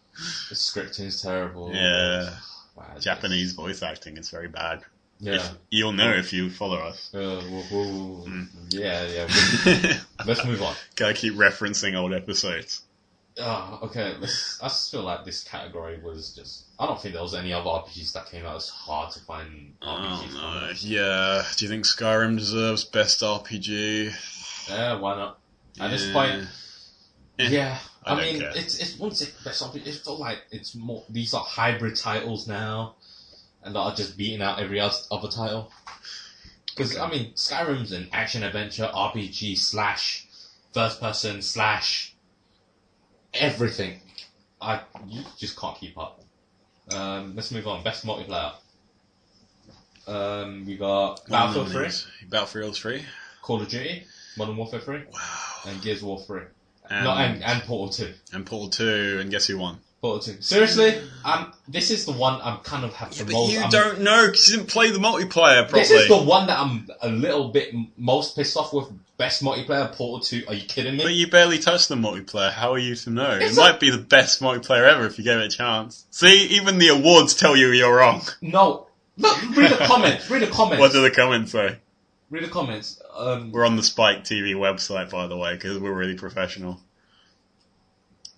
C: The scripting's terrible.
B: Yeah,
C: Wow, it's-
B: Japanese voice acting is very bad.
C: Yeah.
B: If- you'll know if you follow
C: (laughs)
B: us. (laughs)
C: Uh, woo- woo-
B: Mm.
C: Yeah, yeah.
B: (laughs)
C: we-
B: Gotta
C: Let's move on.
B: keep referencing old episodes.
C: Ah, okay. Let's, I just feel like this category was just. I don't think there was any other RPGs that came out. It's hard to find
B: Oh
C: RPGs.
B: no. Yeah. Do you think Skyrim deserves best RPG?
C: Yeah, why not? At this
B: Yeah.
C: point,
B: Eh,
C: yeah.
B: I
C: I,
B: don't
C: mean,
B: care.
C: it's it's once it best RP It's not like it's more. These are hybrid titles now, and that are just beating out every else- other title. Because
B: Okay.
C: I mean, Skyrim's an action adventure RPG slash first person slash everything. I you just can't keep up. Um, let's move on. Best multiplayer. Um, we got
B: One of the
C: Battlefield 3,
B: nominees. Battlefield 3.
C: Call of Duty, Modern Warfare 3,
B: Wow.
C: and Gears of War 3.
B: And,
C: no, and, and Portal 2.
B: and Portal 2, and guess who won?
C: Portal 2. Seriously, I'm, this is the one I'm kind of have the
B: but
C: most.
B: you
C: I'm-
B: don't know because you didn't play the multiplayer properly.
C: This is the one that I'm a little bit m- most pissed off with. Best multiplayer Portal 2. Are you kidding me?
B: But you barely touched the multiplayer. How are you to know?
C: It's
B: it
C: not-
B: might be the best multiplayer ever if you gave it a chance. See, even the awards tell you you're
C: (laughs)
B: wrong.
C: no. Look, read the comments. Read the comments.
B: What do the comments say?
C: read the comments. Um,
B: We're on the Spike TV website, by the way, because we're really professional.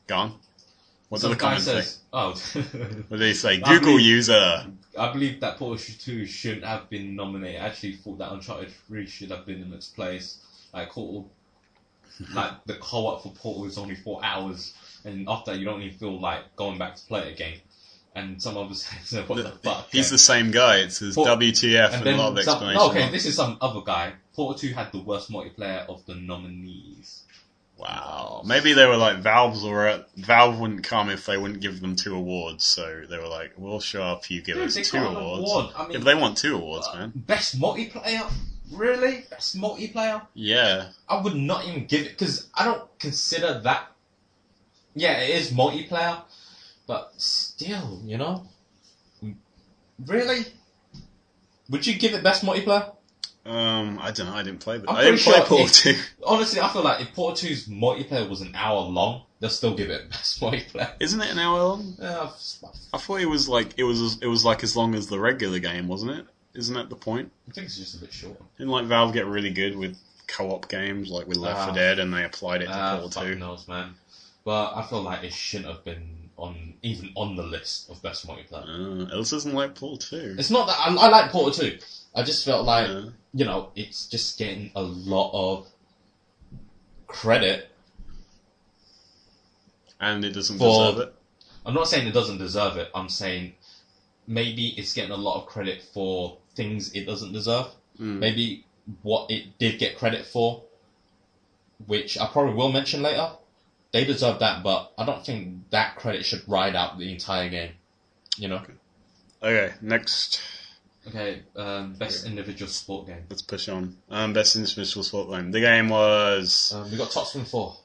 B: Gone. What do
C: some
B: the
C: guy
B: comments say?
C: says, "Oh, (laughs)
B: What do they say?
C: I
B: Google
C: mean-
B: user.
C: I believe that Portal 2 shouldn't have been nominated. I actually thought that Uncharted 3 should have been in its place.
B: (laughs)
C: Like Portal, like the co-op for Portal is only four hours, and after that you don't even feel like going back to play it again. And some others (laughs) say, "What the, fuck?"
B: He's
C: yeah.
B: the same guy. It says
C: Well,
B: WTF and,
C: and then
B: a lot of
C: some,
B: explanation.
C: no, okay, this is some other guy. Portal 2 had the worst multiplayer of the nominees.
B: Wow. Maybe they were like Valve's or Valve wouldn't come if they wouldn't give them two awards, so they were like, "We'll show up. You give
C: Dude,
B: us
C: they
B: two
C: got an
B: awards."
C: award. I mean- uh,
B: if they want two awards, man.
C: Best multiplayer? Really? Best multiplayer?
B: Yeah.
C: I would not even give it because I don't consider that. Yeah, it is multiplayer, but still, you know, really, would you give it best multiplayer?
B: Um, I don't know. I didn't play the.
C: I'm
B: I didn't
C: pretty
B: play
C: sure
B: Portal
C: it-
B: Two. (laughs)
C: Honestly, I feel like if Portal 2's multiplayer was an hour long, they'll still give it (laughs) best multiplayer.
B: Isn't it an hour long?
C: Uh,
B: I thought it was like it was it was like as long as the regular game, wasn't it? Isn't that the point?
C: I think it's just a bit short.
B: Didn't like Valve get really good with co-op games, like with Left
C: Ah.
B: 4 Dead, and they applied it to
C: Uh,
B: Portal
C: fuck
B: Two.
C: knows, man. But I feel like it shouldn't have been on even on the list of best multiplayer.
B: Uh, Ellis doesn't like Portal Two.
C: It's not that I, I like Portal 2. I just felt like
B: Yeah.
C: you know, it's just getting a lot of credit.
B: and it doesn't
C: For-
B: deserve it.
C: I'm not saying it doesn't deserve it. I'm saying maybe it's getting a lot of credit for things it doesn't deserve.
B: Mm.
C: Maybe what it did get credit for, which I probably will mention later, they deserve that, but I don't think that credit should ride out the entire game. You know?
B: Okay, next.
C: Okay, um, best individual sport game.
B: Let's push on. Um, best individual sport game. The game was
C: Um, we got Topspin 4.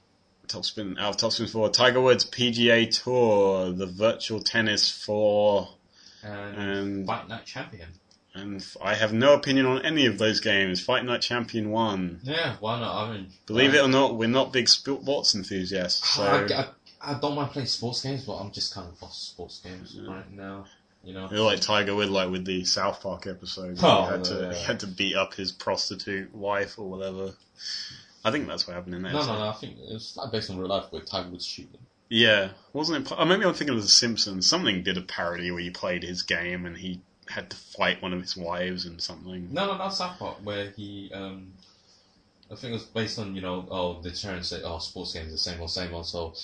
B: Topspin out of Topspin for Tiger Woods PGA Tour, the virtual tennis for,
C: And
B: and
C: Fight Night Champion.
B: and f- I have no opinion on any of those games. Fight Night Champion won.
C: Yeah, why not? I mean,
B: Believe
C: um,
B: it or not, we're not big sports enthusiasts. So
C: (laughs) I, I, I don't mind playing sports games, but I'm just kind of off sports games right now. You know,
B: You're like Tiger Woods, like with the South Park episode.
C: Oh,
B: he, had to,
C: yeah.
B: he had to beat up his prostitute wife or whatever. I think that's what happened in that.
C: no,
B: episode.
C: no, no. I think it's like based on real life with Tiger Woods shooting.
B: Yeah, wasn't it? pa- Or maybe I'm thinking of The Simpsons. Something did a parody where he played his game and he had to fight one of his wives and something.
C: No, no, not South Park, where he, um, I think it was based on you know, oh, the parents say, oh, sports games are the same old, same old, so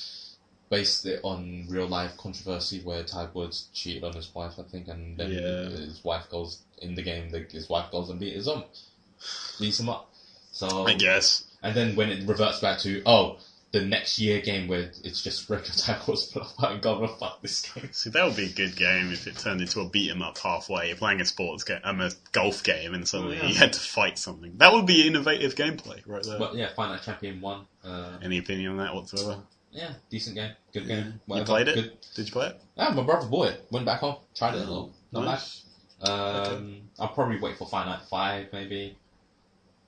C: based it on real life controversy where Tiger Woods cheated on his wife, I think, and then
B: Yeah.
C: his wife goes in the game, the, his wife goes and beat his up, beats him up. So
B: I guess.
C: And then when it reverts back to, oh, the next year game where it's just regular (laughs) tackles, but I'm gonna fuck this game.
B: See, that would be a good game if it turned into a beat 'em up halfway. You're playing a sports game, um, a golf game, and suddenly
C: Oh, yeah.
B: you had to fight something. That would be innovative gameplay right there.
C: But yeah, Finite Champion 1. Uh,
B: Any opinion on that whatsoever?
C: yeah, decent game, good
B: Yeah.
C: game.
B: You
C: whatever,
B: played it?
C: Good.
B: Did you play it?
C: Yeah, my brother bought it. Went back home, tried it a little. Not
B: Oh, Nice.
C: bad. Um, I'll probably wait for Final Night Five, maybe.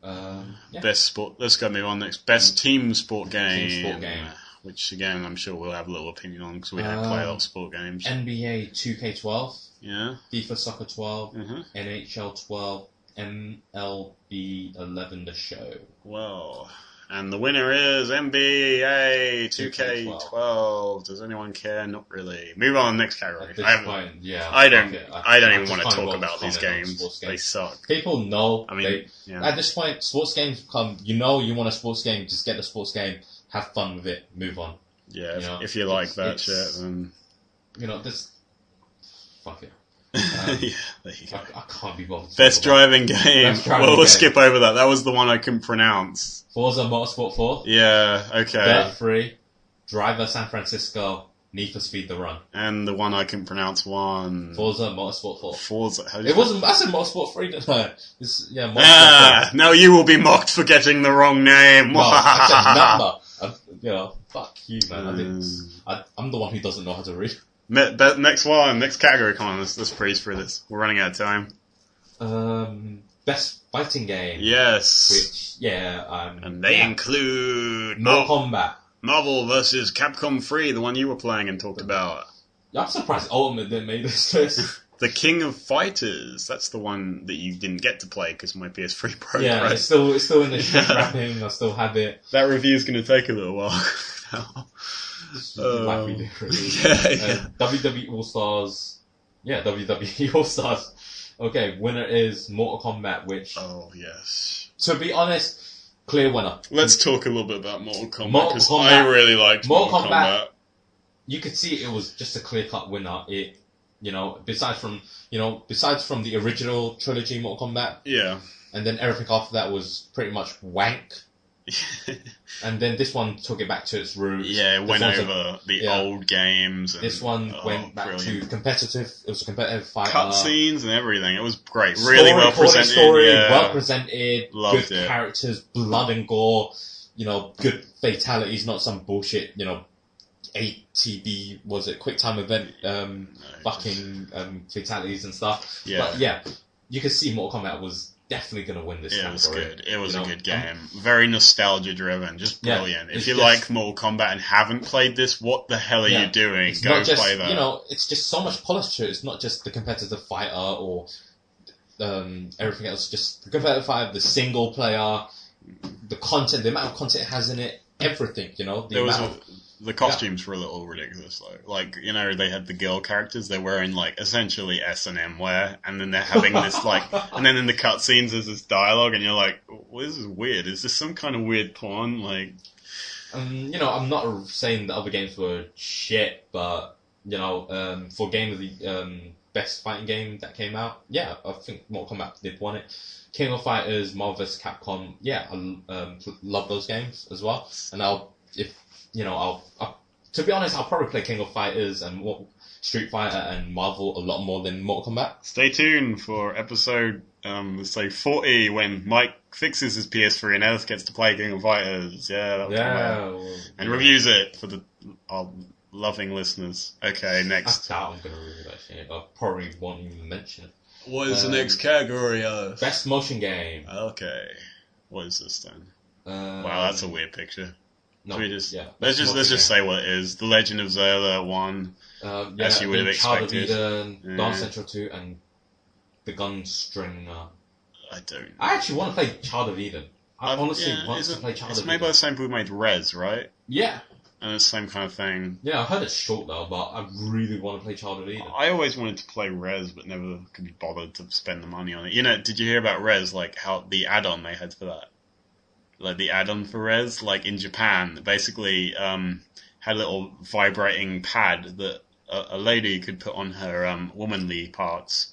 C: Um, yeah. Mm.
B: Best sport. Let's go move on next. Best team sport game. uh,
C: Team sport game. Uh,
B: Which again, I'm sure we'll have little opinion on because we had play a lot of sport games.
C: NBA 2K12,
B: yeah.
C: FIFA Soccer 12,
B: hmm
C: NHL 12, MLB 11, the show.
B: Well, and the winner is NBA 2K12.
C: 2K12.
B: Does anyone care? Not really. Move on next category.
C: At this
B: I, haven't-
C: point, yeah.
B: I don't.
C: fuck it.
B: I, don't
C: I
B: even
C: just
B: want to
C: can't
B: talk
C: even
B: about these
C: comment on
B: games.
C: sports
B: They suck.
C: People know.
B: I mean,
C: they,
B: yeah.
C: at this point, sports games come. You know, you want a sports game. Just get the sports game. Have fun with it. Move on.
B: yeah, if,
C: you know,
B: if you like
C: it's-
B: that
C: it's-
B: shit, then
C: You know, this. Fuck it. um,
B: (laughs) yeah, there you go.
C: I, I can't be bothered. to
B: Best
C: talk about
B: driving game.
C: Best driving
B: well, we'll
C: game.
B: skip over that. That was the one I couldn't pronounce.
C: it. Forza Motorsport 4,
B: Yeah, okay.
C: Dirt 3, Driver San Francisco, Need for Speed The Run.
B: And the one I couldn't pronounce one.
C: Forza Motorsport 4.
B: Forza. How do you-
C: It wasn't. I said Motorsport 3, didn't I? It's, yeah, Motorsport
B: Ah,
C: 4.
B: now you will be mocked for getting the wrong name.
C: No, (laughs)
B: (laughs)
C: I said number. I, you know, fuck you, man. I think
B: Mm.
C: I, I'm the one who doesn't know how to read.
B: Me- be- next one, next category. Come on, let's, let's breeze through this. We're running out of time.
C: Um, best fighting game.
B: Yes.
C: Which, yeah, um,
B: And they
C: yeah.
B: include
C: Mortal
B: Marvel,
C: Kombat.
B: Marvel versus Capcom 3, the one you were playing and talked about.
C: I'm surprised Ultimate didn't make (laughs) this list.
B: The King of Fighters. That's the one that you didn't get to play because my (laughs) PS3 Pro.
C: yeah,
B: crashed.
C: it's still it's still in the
B: Yeah.
C: wrapping. I still have it.
B: That review's going to take a little while. (laughs)
C: Like we
B: Um,
C: did, (laughs) really.
B: (laughs) yeah, yeah.
C: Uh, WWE All Stars. Yeah, WWE All Stars. Okay, winner is Mortal Kombat, which,
B: Oh yes.
C: to be honest, clear winner.
B: Let's talk a little bit about Mortal Kombat
C: Mortal
B: because I
C: Kombat.
B: really liked Mortal,
C: Mortal
B: Kombat.
C: Kombat. You could see it was just a clear cut winner. It, you know, besides from you know, besides from the original trilogy Mortal Kombat,
B: Yeah. (laughs)
C: and then everything after that was pretty much wank. And then this one took it back to its roots.
B: yeah, it
C: This
B: went
C: one's a-
B: over the
C: yeah.
B: old games. And,
C: This one
B: oh,
C: went back
B: brilliant.
C: to competitive. It was a competitive fight.
B: cutscenes and everything. It was great.
C: Story,
B: Really well
C: quality
B: presented.
C: Story,
B: yeah.
C: well presented.
B: Loved
C: good
B: it.
C: characters, blood and gore. You know, good fatalities, not some bullshit. You know, ATB was it quick time event? Um,
B: No, just-
C: fucking um, fatalities and stuff.
B: Yeah.
C: But yeah, you could see Mortal Kombat was definitely gonna win this.
B: Yeah, it was
C: category,
B: good. It was
C: you
B: a
C: know?
B: good game. Very nostalgia driven. Just
C: Yeah,
B: brilliant. if
C: it's
B: you
C: just-
B: like Mortal Kombat and haven't played this, what the hell are
C: Yeah,
B: you doing?
C: It's
B: Go
C: not just
B: play that.
C: you know, it's just so much polish to it. It's not just the competitive fighter or um, everything else. Just the competitive fighter, the single player, the content, the amount of content it has in it, everything. You know, the
B: there was
C: amount
B: a, the costumes were a little ridiculous though. Like you know, they had the girl characters. They're wearing like essentially S and M wear, and then they're having this like,
C: (laughs)
B: and then in the cutscenes there's this dialogue, and you're like, well, "This is weird. Is this some kind of weird porn?" Like,
C: of, um, you know, I'm not saying the other games were shit, but you know, um, for game of the um, best fighting game that came out, yeah, I think Mortal Kombat did won it. King of Fighters, Marvel vs. Capcom, yeah, I um, love those games as well. And I'll, if you know, I'll, I'll to be honest, I'll probably play King of Fighters and Mo- Street Fighter and Marvel a lot more than Mortal Kombat.
B: stay tuned for episode um, let's say forty when Mike fixes his PS3 and Ellis gets to play King of Fighters. Yeah, that'll come out.
C: well,
B: and
C: yeah.
B: reviews it for the our loving listeners. Okay,
C: I
B: next.
C: doubt I'm gonna review that shit. I probably won't even mention it.
B: What
C: is the next uh,
B: category, Ellis?
C: Best motion game.
B: Okay. What is this then?
C: Um,
B: Wow, that's a weird picture.
C: No,
B: should we just-
C: yeah.
B: Let's
C: best
B: just let's
C: motion
B: just say what it is. The Legend of Zelda one.
C: game. Uh, yeah,
B: as you would have
C: then Child
B: expected.
C: of Eden,
B: Yeah.
C: Dance Central Two, and the Gunstringer.
B: I don't.
C: I actually want to play Child of Eden. I
B: I've-
C: honestly
B: Um, yeah,
C: want to
B: isn't-
C: play Child
B: It's
C: of
B: made by
C: Eden.
B: the same people who made Res, right?
C: Yeah,
B: And it's the same kind of thing.
C: yeah. I heard it's short though, but I really want to play Child of Eden.
B: I always wanted to play Res, but never could be bothered to spend the money on it. You know, did you hear about Res? Like how the add-on they had for that, like the add-on for Res, like in Japan, basically um, had a little vibrating pad that a, a lady could put on her um, womanly parts.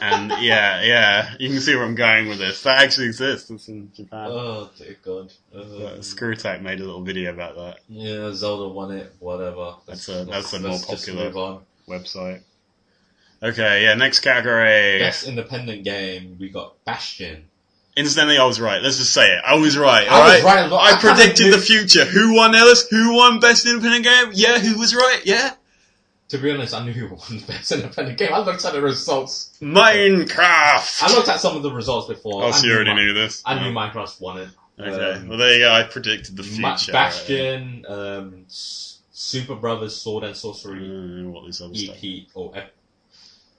B: and yeah, yeah, you can see where I'm going with this. That actually exists. It's in Japan.
C: Oh dear God.
B: But
C: Um,
B: Screwtape made a little video about that
C: yeah, Zelda won it. Whatever.
B: That's
C: Let's-
B: a- that's a
C: let's-
B: more
C: let's just
B: popular-
C: move on.
B: website. Okay, yeah, next category.
C: (laughs) Best independent game. We got Bastion,
B: Incidentally, I was right. Let's just say it. I was right.
C: I
B: All
C: was
B: right.
C: right a lot.
B: I predicted
C: Dude, (laughs)
B: the future. Who won Ellis? Who won Best Independent Game? Yeah, who was right? Yeah.
C: To be honest, I knew who won the best independent game. I looked at the results.
B: Minecraft.
C: I looked at some of the results before.
B: Oh,
C: I
B: so you
C: knew
B: already
C: Mi-
B: knew this.
C: I knew
B: Yeah.
C: Minecraft won it.
B: Okay.
C: Um,
B: Well, there you go. I predicted the future.
C: Ma- Bastion, um, S- Super Brothers Sword and Sorcery
B: Uh, what is other stuff?
C: EP or F-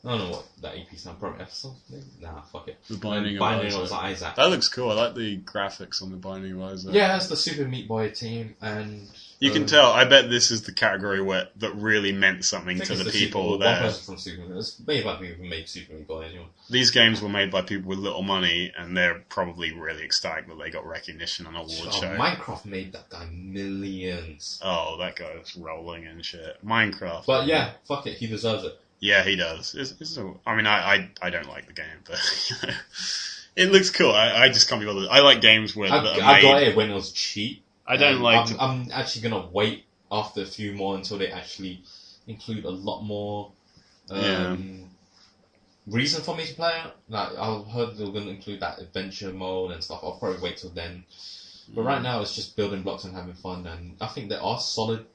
C: I don't know what that E EP's now. Probably episode. Maybe? Nah, fuck it.
B: The Binding, of Isaac.
C: Isaac.
B: That looks cool. I like the graphics on the Binding of Isaac.
C: Yeah, that's the Super Meat Boy team, and
B: You can
C: um,
B: tell. I bet this is the category where that really meant
C: I
B: something
C: think
B: to
C: it's
B: the,
C: the Super-
B: people
C: one
B: there.
C: person from Super Meat. It's made by people who made Super Meat Boy anyway.
B: These games were made by people with little money, and they're probably really ecstatic that they got recognition on a award
C: Oh,
B: show.
C: Minecraft made that guy millions.
B: Oh, that guy's rolling and shit. Minecraft.
C: But yeah, fuck it, he deserves it.
B: Yeah, he does. It's, it's a, I mean, I, I, I don't like the game, but (laughs) you know, it looks cool. I, I just can't be bothered. I like games where
C: I've,
B: that are
C: I got
B: made-
C: it when it was cheap.
B: I don't
C: And
B: like.
C: I'm,
B: to-
C: Um, I'm actually gonna wait after a few more until they actually include a lot more um, reason for me to play it. Like I've heard they're gonna include that adventure mode and stuff. I'll probably wait till then. But
B: Hmm.
C: right now it's just building blocks and having fun, and I think there are solid.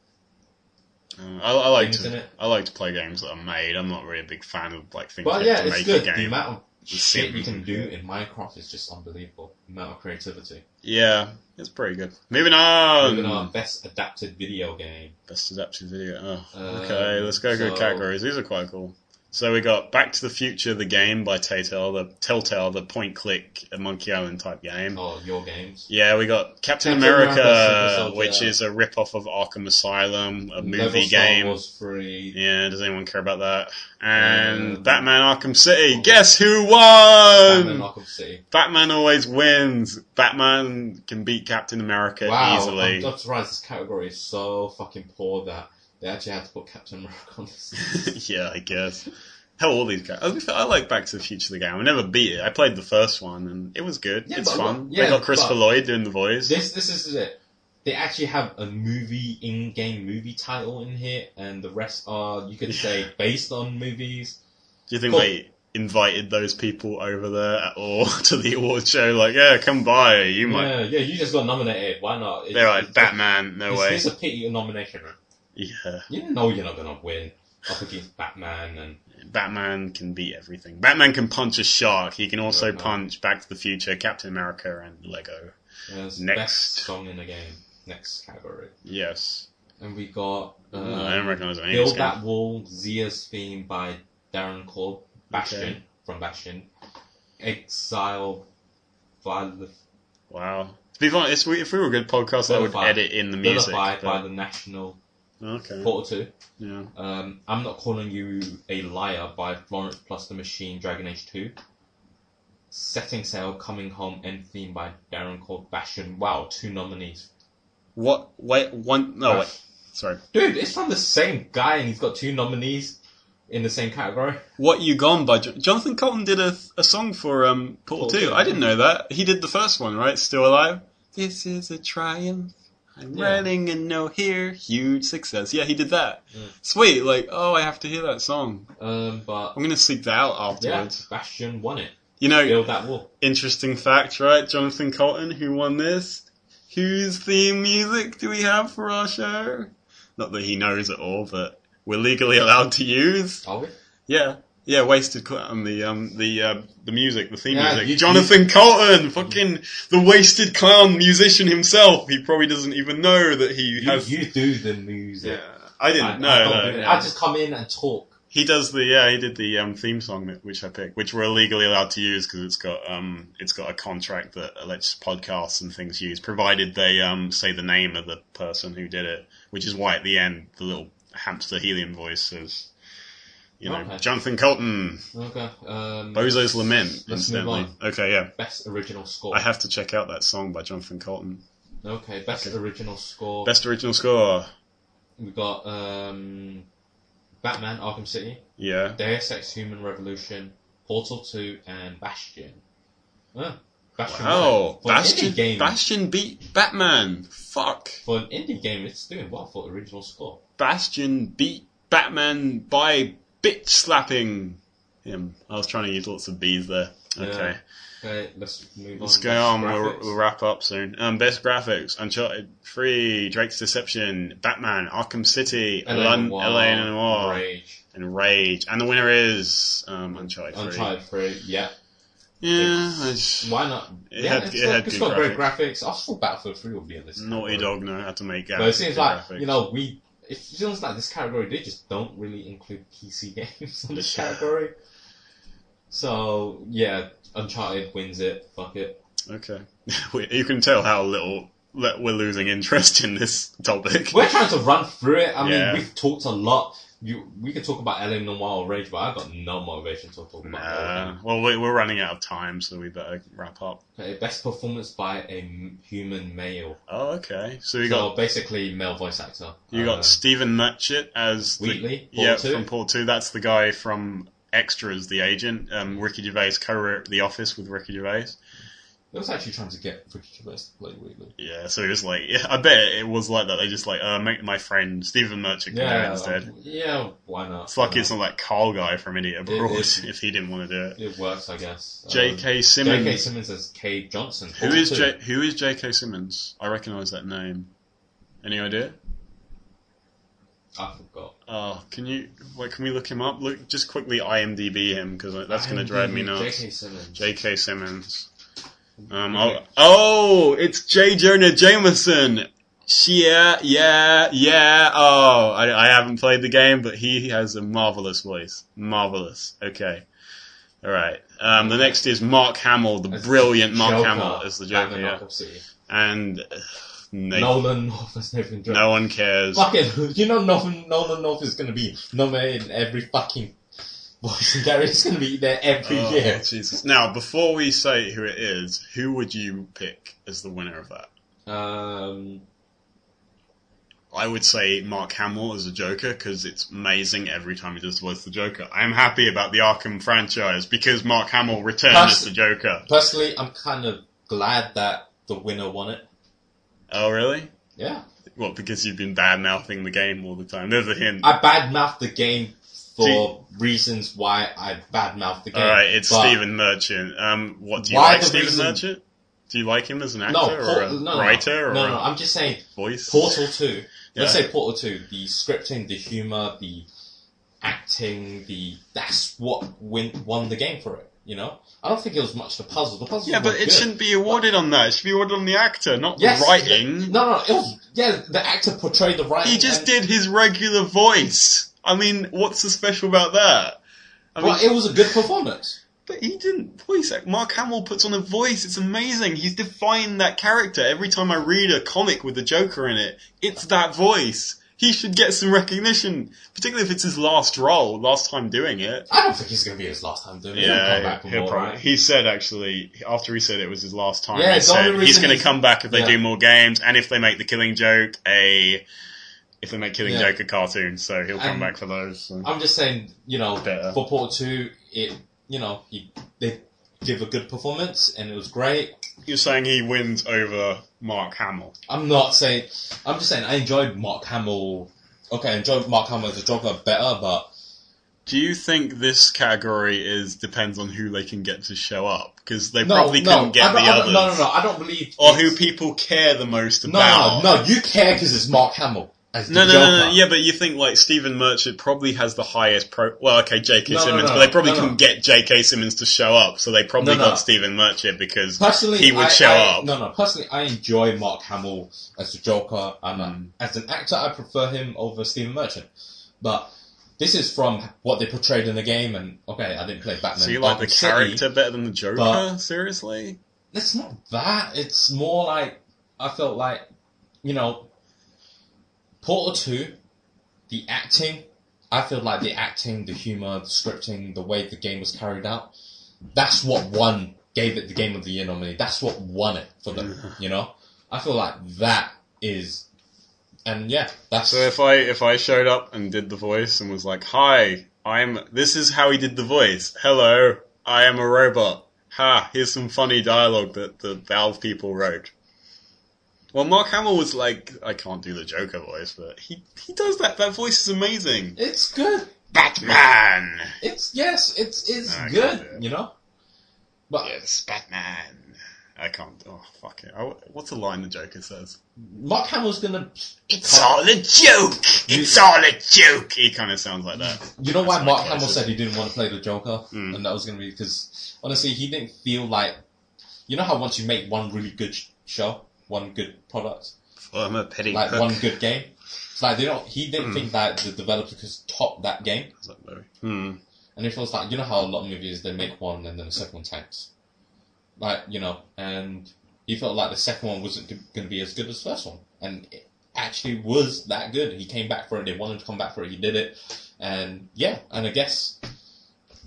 B: Uh, I, I like
C: things in
B: to.
C: it.
B: I like to play games that are made. I'm not really a big fan of like things
C: But
B: that
C: yeah,
B: to
C: it's
B: make
C: good.
B: a
C: The
B: game.
C: amount of
B: It's
C: shit you
B: simple.
C: can do in Minecraft is just unbelievable. amount of creativity.
B: Yeah, it's pretty good. Moving on.
C: Even our best adapted video game.
B: Best adapted video. Oh,
C: Um,
B: okay, let's go through
C: so-
B: categories. These are quite cool. So we got Back to the Future, the game by Telltale, the Telltale, the point-click Monkey Island type game.
C: Oh, your games.
B: Yeah, we got Captain,
C: Captain
B: America,
C: America, Super Soldier.
B: which is a rip-off of Arkham Asylum, a movie
C: Lego Star
B: game.
C: Wars 3.
B: Yeah, does anyone care about that? And
C: Um,
B: Batman Arkham City. Guess who won? Um,
C: Batman Arkham City.
B: Batman always wins. Batman can beat Captain America
C: wow,
B: easily.
C: I'm, I'm surprised this category is so fucking poor that they actually had to put Captain America on
B: (laughs)
C: this.
B: yeah, I guess. Hell, all these guys. I like Back to the Future the game. I never beat it. I played the first one and it was good.
C: Yeah,
B: it's
C: but-
B: fun.
C: but-
B: they
C: yeah,
B: got Christopher
C: but-
B: Lloyd doing the voice.
C: this this is it. They actually have a movie in-game movie title in here, and the rest are you could say
B: (laughs)
C: based on movies.
B: Do you think
C: cool.
B: they invited those people over there at all (laughs) to the award show? Like, yeah, come by. You might.
C: Yeah, yeah. You just got nominated. Why not? It's-
B: They're like
C: it's-
B: Batman. No
C: It's,
B: way.
C: it's a pity nomination. right?
B: (laughs) Yeah,
C: You know you're not gonna win up against Batman and
B: Batman can beat everything. Batman can punch a shark. He can also
C: Batman.
B: punch Back to the Future, Captain America, and Lego.
C: yeah, it's
B: Next.
C: uh, best song in the game. Next category,
B: Yes.
C: and we got. Uh,
B: Oh, I don't recognize any of this game.
C: Build That Wall, Zia's Theme by Darren Korb, Bastion,
B: Okay.
C: from Bastion, Exile, Vilif-
B: Wow. To be honest, if we, if we were a good podcast, I would
C: Vilified.
B: edit in the music.
C: Vilified by
B: but-
C: the National
B: Okay.
C: Portal 2,
B: Yeah.
C: um, I'm Not Calling You a Liar by Florence Plus the Machine, Dragon Age 2, Setting Sail, Coming Home, End Theme by Darren Korb, Bastion. Wow, two nominees.
B: What? Wait. One. No. Wait. Ah, Sorry.
C: Dude, it's from the same guy and he's got two nominees in the same category.
B: What you gone by? Jo- Jonathan Colton did a a song for um Portal
C: Portal
B: Two.
C: Two.
B: I didn't know that. He did the first one, right? Still alive. This is a triumph. I'm
C: Yeah.
B: riding a no here. Huge success. Yeah, he did that.
C: Yeah.
B: Sweet. Like, oh, I have to hear that song.
C: Um, but
B: I'm gonna seek that out
C: yeah,
B: afterwards.
C: Bastion won it.
B: You know,
C: Build That Wall.
B: interesting fact, right? Jonathan Colton, who won this? Whose theme music do we have for our show? Not that he knows at all, but we're legally allowed to use.
C: Are we?
B: Yeah, yeah, wasted clown. The um, the uh, the music, the theme
C: Yeah,
B: music.
C: you-
B: Jonathan Colton, fucking the wasted clown musician himself. He probably doesn't even know that he
C: You,
B: has.
C: you do the music.
B: yeah, I didn't
C: I,
B: know.
C: I, don't
B: no,
C: do that.
B: yeah.
C: I just come in and talk.
B: He does the yeah. He did the um, theme song that which I picked, which we're illegally allowed to use because it's got um it's got a contract that lets podcasts and things use, provided they um say the name of the person who did it, which is why at the end the little hamster helium voice says, you know,
C: Okay.
B: Jonathan Colton,
C: Okay. Um,
B: Bozo's Lament.
C: Let's move
B: incidentally,
C: on.
B: okay, yeah,
C: Best original score.
B: I have to check out that song by Jonathan Colton.
C: okay. Best
B: Okay.
C: original score.
B: Best original score,
C: We got um, Batman: Arkham City,
B: yeah.
C: Deus Ex: Human Revolution, Portal 2, and Bastion. Huh. Bastion. won
B: Wow,
C: it. for an
B: Oh, Bastion,
C: indie game.
B: Bastion beat Batman. Fuck.
C: for an indie game, it's doing well for original score.
B: Bastion beat Batman by bitch slapping him. I was trying to use lots of B's there. Okay.
C: Right, let's move
B: Let's
C: on.
B: go
C: Best
B: on. We'll,
C: graphics.
B: we'll wrap up soon. Um, best graphics: Uncharted Three, Drake's Deception, Batman, Arkham City,
C: LA
B: Lon-
C: Noire,
B: LA Noire,
C: Rage,
B: and Rage. And the winner is um, Uncharted Three.
C: Uncharted 3, yeah.
B: Yeah,
C: It's-
B: it's-
C: Why not?
B: It
C: yeah,
B: had-
C: it's,
B: it
C: got-
B: had
C: it's
B: good
C: got great graphics. I thought Battlefield 3 would be on this.
B: Naughty
C: category.
B: Dog know how to make. uh,
C: But it seems like,
B: graphics.
C: you know, we. It feels like this category, they just don't really include PC (laughs) games in this
B: Yeah.
C: category. So, yeah, Uncharted wins it. Fuck it.
B: Okay, (laughs) We- you can tell how little that we're losing interest in this topic.
C: We're trying to run through it. I
B: Yeah.
C: mean, we've talked a lot. You, we could talk about LA Noir or Rage, but I've got no motivation to talk about all of them.
B: Nah. Well, we, we're running out of time, so we better wrap up.
C: Okay, best performance by a m- human male.
B: Oh, okay. So you
C: so
B: got
C: basically, male voice actor.
B: you got
C: Uh,
B: Stephen Merchant as the
C: Wheatley.
B: yeah
C: Paul too.
B: from Paul Two. That's the guy from Extras, the agent. Um, Ricky Gervais co-wrote The Office with Ricky Gervais.
C: I was actually trying to get Ricky Gervais to play Wheatley.
B: Yeah, so he was like, (laughs) yeah, I bet it was like that. They just like, uh, make my friend Stephen Merchant come in
C: Yeah,
B: instead.
C: yeah, why not?
B: It's lucky
C: Why
B: it's not like Carl guy from Idiot
C: It
B: Abroad (laughs)
C: is.
B: if he didn't want to do it.
C: not? It works, I guess. Um,
B: J.K.
C: J.K.
B: Simmons.
C: Simmons as K. Johnson.
B: Who
C: Paul
B: is
C: too.
B: J- Who is J.K. Simmons? I recognise that name. Any idea?
C: I forgot.
B: Oh, can you? Wait, can we look him up? Look, just quickly IMDb him because that's going to drive me nuts.
C: J.K. Simmons.
B: J.K. Simmons. Um, I'll- oh, it's J. Jonah Jameson. Yeah, yeah, yeah. Oh, I, I haven't played the game, but he has a marvelous voice. Marvelous. Okay. All right. Um, the next is Mark Hamill, the
C: As
B: brilliant Mark
C: Joker,
B: Hamill as the Joker,
C: Batman
B: yeah.
C: Arkham City.
B: and uh, they-
C: Nolan North has never been
B: no one cares.
C: Fucking, (laughs) you know Nolan, Nolan North is gonna be nominated in every fucking (laughs) voice and Gary is gonna be there every
B: Oh,
C: year.
B: Jesus. Now, before we say who it is, who would you pick as the winner of that?
C: Um,
B: I would say Mark Hamill as a Joker because it's amazing every time he does the voice of the Joker. I'm happy about the Arkham franchise because Mark Hamill returned
C: Plus-
B: as the Joker.
C: personally, I'm kind of glad that the winner won it.
B: Oh, really?
C: Yeah.
B: Well, because you've been bad mouthing the game all the time. There's a hint.
C: I badmouthed the game for
B: Do you-
C: reasons why I badmouthed the game.
B: all right, it's
C: but-
B: Stephen Merchant. Um, what do you
C: Why
B: like,
C: the
B: Stephen
C: reason-
B: Merchant? Do you like him as an actor
C: No,
B: or a
C: Port- no, no,
B: writer
C: no,
B: or
C: no, no,
B: a
C: I'm just saying
B: voice?
C: Portal 2. Let's
B: Yeah.
C: say Portal 2. The scripting, the humor, the acting, the that's what win, won the game for it. You know, I don't think it was much the puzzle. The puzzle,
B: Yeah,
C: was
B: but it
C: good.
B: shouldn't be awarded on that. It should be awarded on the actor, not
C: Yes,
B: the writing.
C: No, no, it was yeah. The actor portrayed the writing.
B: He just
C: and-
B: did his regular voice. I mean, what's so special about that? I mean,
C: Well, it was a good performance.
B: but he didn't voice act. Mark Hamill puts on a voice. It's amazing. He's defined that character. Every time I read a comic with the Joker in it, it's that voice. He should get some recognition, particularly if it's his last role, last time doing it.
C: I don't think he's gonna be his last time doing it. He'll come back for
B: he'll
C: more,
B: probably-
C: right?
B: he said actually after he said it was his last time.
C: Yeah,
B: he
C: it's the only
B: said he's
C: reason
B: going to
C: he's-
B: come back if they
C: Yeah.
B: do more games and if they make the Killing Joke a if they make Killing
C: Yeah.
B: Joke a cartoon. So he'll come
C: And-
B: back for those. so.
C: I'm just saying, you know,
B: Better.
C: for Portal Two, it you know he, they give a good performance and it was great.
B: You're saying he wins over Mark Hamill.
C: I'm not saying. I'm just saying I enjoyed Mark Hamill. Okay, I enjoyed Mark Hamill as a Joker better, but
B: Do you think this category is depends on who they can get to show up? Because they
C: no,
B: probably
C: no,
B: couldn't
C: I
B: get
C: don't-
B: the
C: I
B: others.
C: don't- No, no, no. I don't believe.
B: Or who
C: it's-
B: people care the most
C: No, no,
B: about.
C: no. You care because it's Mark Hamill as the
B: No, no,
C: Joker.
B: no, no, yeah, but you think like Stephen Merchant probably has the highest pro. Well, okay, J.K.
C: No, no,
B: Simmons,
C: no,
B: but they probably
C: no, no.
B: couldn't get J.K. Simmons to show up, so they probably
C: No, no.
B: got Stephen Merchant because
C: Personally,
B: he would
C: I,
B: show
C: I-
B: up.
C: No, no. Personally, I enjoy Mark Hamill as the Joker. And uh,
B: Mm.
C: as an actor, I prefer him over Stephen Merchant. But this is from what they portrayed in the game. And okay, I didn't play Batman.
B: So you like the
C: Arkham City.
B: character better than the Joker?
C: but-
B: Seriously?
C: It's not that. It's more like I felt like, you know, Portal Two, the acting. I feel like the acting, the humor, the scripting, the way the game was carried out. That's what won. Gave it the game of the year nominee. That's what won it for them. You know, I feel like that is, and yeah, that's
B: So if I if I showed up and did the voice and was like, "Hi, I'm this is how he did the voice. Hello, I am a robot. Ha, here's some funny dialogue that the Valve people wrote." Well, Mark Hamill was like, "I can't do the Joker voice, but he he does that. That voice is amazing."
C: it's good.
B: Batman.
C: It's yes, it's it's
B: I can't do
C: good.
B: it.
C: You know, But
B: Yes, Batman. I can't. Oh, fuck it. I, what's the line the Joker says?
C: Mark Hamill's gonna.
B: It's all a joke. It's all a joke. He kind of sounds like that.
C: You know why
B: That's
C: Mark
B: my
C: Hamill
B: choices.
C: said he didn't want to play the Joker,
B: Mm.
C: and that was gonna be because honestly he didn't feel like. You know how once you make one really good sh- show, one good product,
B: Well, I'm a petty
C: like
B: cook. Hmm.
C: one good game, it's like they don't. He didn't think that the developer could top that game,
B: Is that Barry? Hmm.
C: and it feels like you know how a lot of movies they make one and then the second one tanks, like you know, and he felt like the second one wasn't going to be as good as the first one, and it actually was that good. He came back for it. They wanted to come back for it. He did it, and yeah, and I guess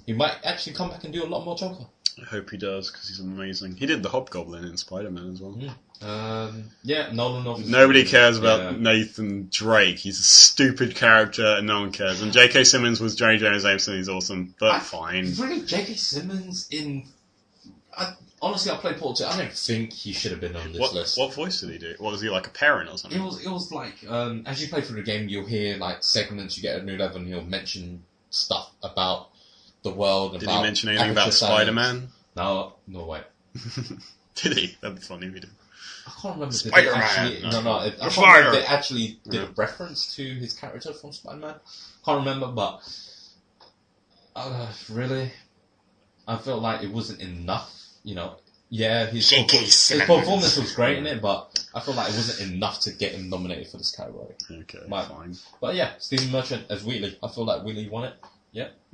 C: he might actually come back and do a lot more Joker.
B: I hope he does because he's amazing. He did the Hobgoblin in Spider Man as well.
C: Um, yeah, Nolan. obviously-
B: Nobody cares about
C: Yeah.
B: Nathan Drake. He's a stupid character and no one cares. And J.K. Simmons was J. Jones Ameson. He's awesome, but
C: I-
B: fine.
C: Really, J.K. Simmons in. I, honestly, I play Porter. I don't think he should have been on this
B: What,
C: list.
B: what voice did he do? What was he like a parent or
C: It
B: something?
C: was it was like um, as you play through the game, you'll hear like segments. You get a new level, and he'll mention stuff about the world.
B: Did
C: about
B: he mention anything
C: Aperture
B: about
C: Science.
B: Spider Man?
C: No, no way.
B: (laughs) Did he? That'd be funny if he did.
C: I can't remember. Did they
B: Spider-Man.
C: actually, no,
B: No.
C: no. I can't
B: Spider.
C: remember if they actually did a
B: Yeah.
C: reference to his character from Spider-Man. Can't remember, but uh, really, I felt like it wasn't enough. You know, yeah, his,
B: J.K.
C: perfor- his
B: Simmons.
C: performance was great in it, but I felt like it wasn't enough to get him nominated for this category.
B: Okay,
C: Right.
B: fine.
C: But yeah, Stephen Merchant as Wheatley. I feel like Wheatley won it.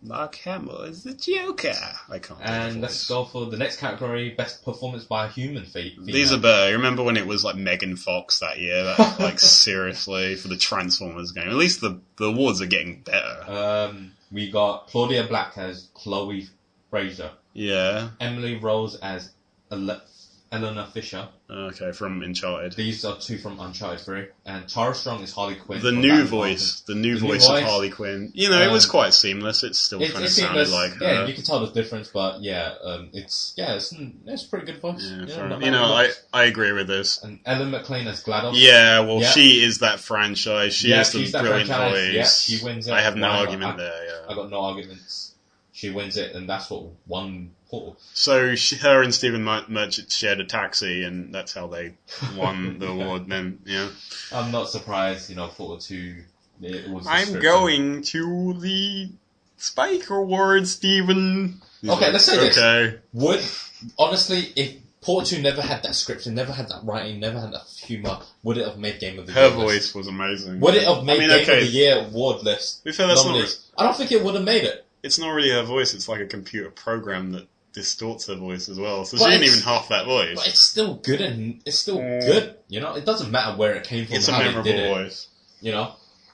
B: Mark Hamill is the Joker. I can't. do the
C: And
B: voice.
C: let's go for the next category: best performance by a human. Fe-
B: These are
C: female.
B: better. Remember when it was like Megan Fox that year?
C: (laughs)
B: That, like seriously, for the Transformers game. At least the, the awards are getting better.
C: Um, we got Claudia Black as Chloe Fraser.
B: Yeah.
C: Emily Rose as Ele- Eleanor Fisher.
B: Okay, from Uncharted.
C: These are two from Uncharted 3. And Tara Strong is Harley Quinn.
B: The
C: from
B: new
C: Batman
B: voice, the new
C: The new
B: voice of
C: voice.
B: Harley Quinn. You know, it was
C: Um,
B: quite seamless. It still
C: Arkham. It,
B: kind of
C: it
B: sounded
C: seems
B: like her.
C: yeah, you can tell the difference, but yeah, um, it's yeah, it's, n- it's a pretty good voice.
B: Yeah,
C: Yeah,
B: fair enough.
C: not bad
B: you know, I,
C: voice.
B: I agree with this.
C: and Ellen McLean as GLaDOS.
B: Yeah, well,
C: Yeah.
B: she is that franchise. She
C: Yeah,
B: is the
C: she's that
B: brilliant
C: franchise.
B: voice.
C: Yeah, she wins it.
B: I have no
C: Why not?
B: argument
C: I-
B: there. Yeah.
C: I got no arguments. She wins it, and that's what won Portal.
B: So she, her and Stephen Mer- Merchant shared a taxi, and that's how they won
C: (laughs)
B: the award. Then, yeah.
C: I'm not surprised, you know, Portal 2. It was a
B: I'm
C: script.
B: going to the Spike Award, Stephen. He's
C: Okay, let's say this.
B: Okay,
C: Would honestly, if Portal 2 never had that script and never had that writing, never had that humor, would it have made Game of the
B: her
C: Year? list?
B: voice was amazing.
C: Would it have made
B: I mean,
C: Game
B: okay,
C: of the Year award list?
B: we feel that's not. re-
C: nominees? I don't think it would have made it.
B: It's not really her voice. It's like a computer program that distorts her voice as well. So
C: But
B: she didn't
C: it's-
B: even half that voice.
C: But it's still good and it's still
B: Mm.
C: good. You know, it doesn't matter where it came from.
B: It's a
C: how they
B: memorable
C: did it,
B: voice.
C: You know,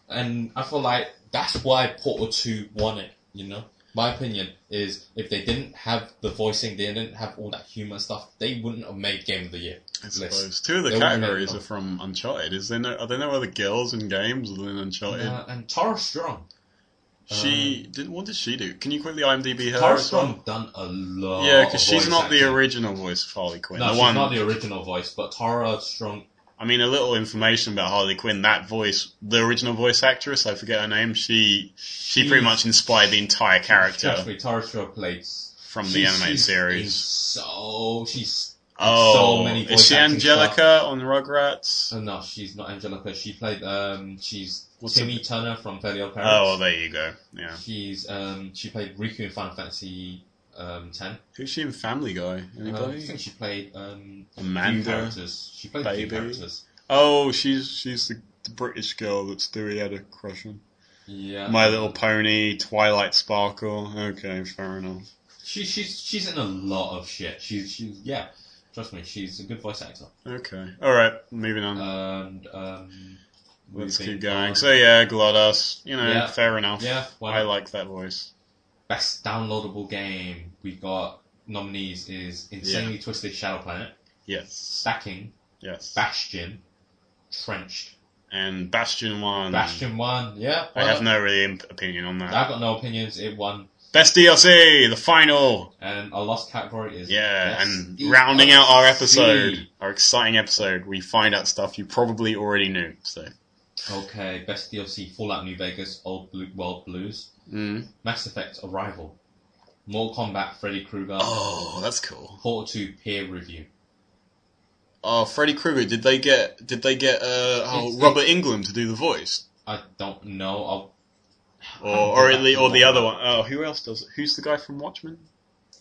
C: and I feel like that's why Portal Two won it. You know, my opinion is if they didn't have the voicing, they didn't have all that humor stuff, they wouldn't have made Game of the Year.
B: I
C: list.
B: suppose two of the
C: They wouldn't make
B: categories
C: them.
B: are from Uncharted. Is there no? Are there no other girls in games other than Uncharted?
C: Uh, and Tara Strong,
B: She
C: Um,
B: did. What did she do? Can you quickly IMDb her?
C: Uh, Tara
B: as well?
C: Strong done a lot.
B: Yeah,
C: of
B: because she's
C: Oh, voice
B: not the
C: acting.
B: original voice of Harley Quinn.
C: No,
B: the
C: she's
B: one.
C: not the original voice, but Tara Strong.
B: I mean, a little information about Harley Quinn. That voice, the original voice actress, I forget her name. She she pretty much inspired the entire
C: Trust
B: character
C: me, Tara Strong plays
B: from
C: She-
B: the animated
C: she's in
B: series.
C: So she's
B: Oh,
C: so many voice
B: is she
C: acting
B: Angelica on Rugrats?
C: oh, no, she's not Angelica. She played um, she's
B: What's
C: Timmy Turner from Fairly Odd Parents.
B: Oh, well, there you go. Yeah,
C: she's um, she played Riku in Final Fantasy um ten.
B: who's she in Family Guy?
C: Uh, I
B: Anybody?
C: think she played um, few
B: Amanda.
C: characters. She played a few
B: Baby.
C: characters.
B: Oh, she's she's the, the British girl that Stewie had a crush on.
C: Yeah,
B: My Little Pony, Twilight Sparkle. Okay, fair enough.
C: She she's she's in a lot of shit. She's she's yeah. Trust me, she's a good voice actor.
B: Okay, all right, moving
C: Uh,
B: on.
C: And um,
B: Mm. Let's
C: moving
B: keep going.
C: on.
B: So yeah, Glodos. You know,
C: Yeah.
B: fair enough.
C: yeah, why not?
B: I like that voice.
C: Best downloadable game we got nominees is Insanely Twisted Shadow Planet,
B: Yes,
C: Stacking,
B: yes.
C: Bastion, Trenched.
B: and Bastion One.
C: Bastion won, yeah.
B: I Hmm. have
C: well,
B: no really imp- opinion on that.
C: I've got no opinions. It won,
B: Best DLC, the final.
C: and our last category is
B: Yeah,
C: Best
B: and
C: DLC.
B: rounding out our episode, our exciting episode, we find out stuff you probably already knew. So,
C: Okay, best DLC: Fallout New Vegas, Old Blue World Blues,
B: mm.
C: Mass Effect Arrival, Mortal Kombat Freddy Krueger.
B: Oh, that's cool.
C: Portal 2 peer review.
B: Oh, Freddy Krueger. Did they get? Did they get? Uh, oh,
C: It's-
B: Robert England to do the voice,
C: I don't know. I'll,
B: or or at le- or the other one. Oh, who else does it? Who's the guy from Watchmen?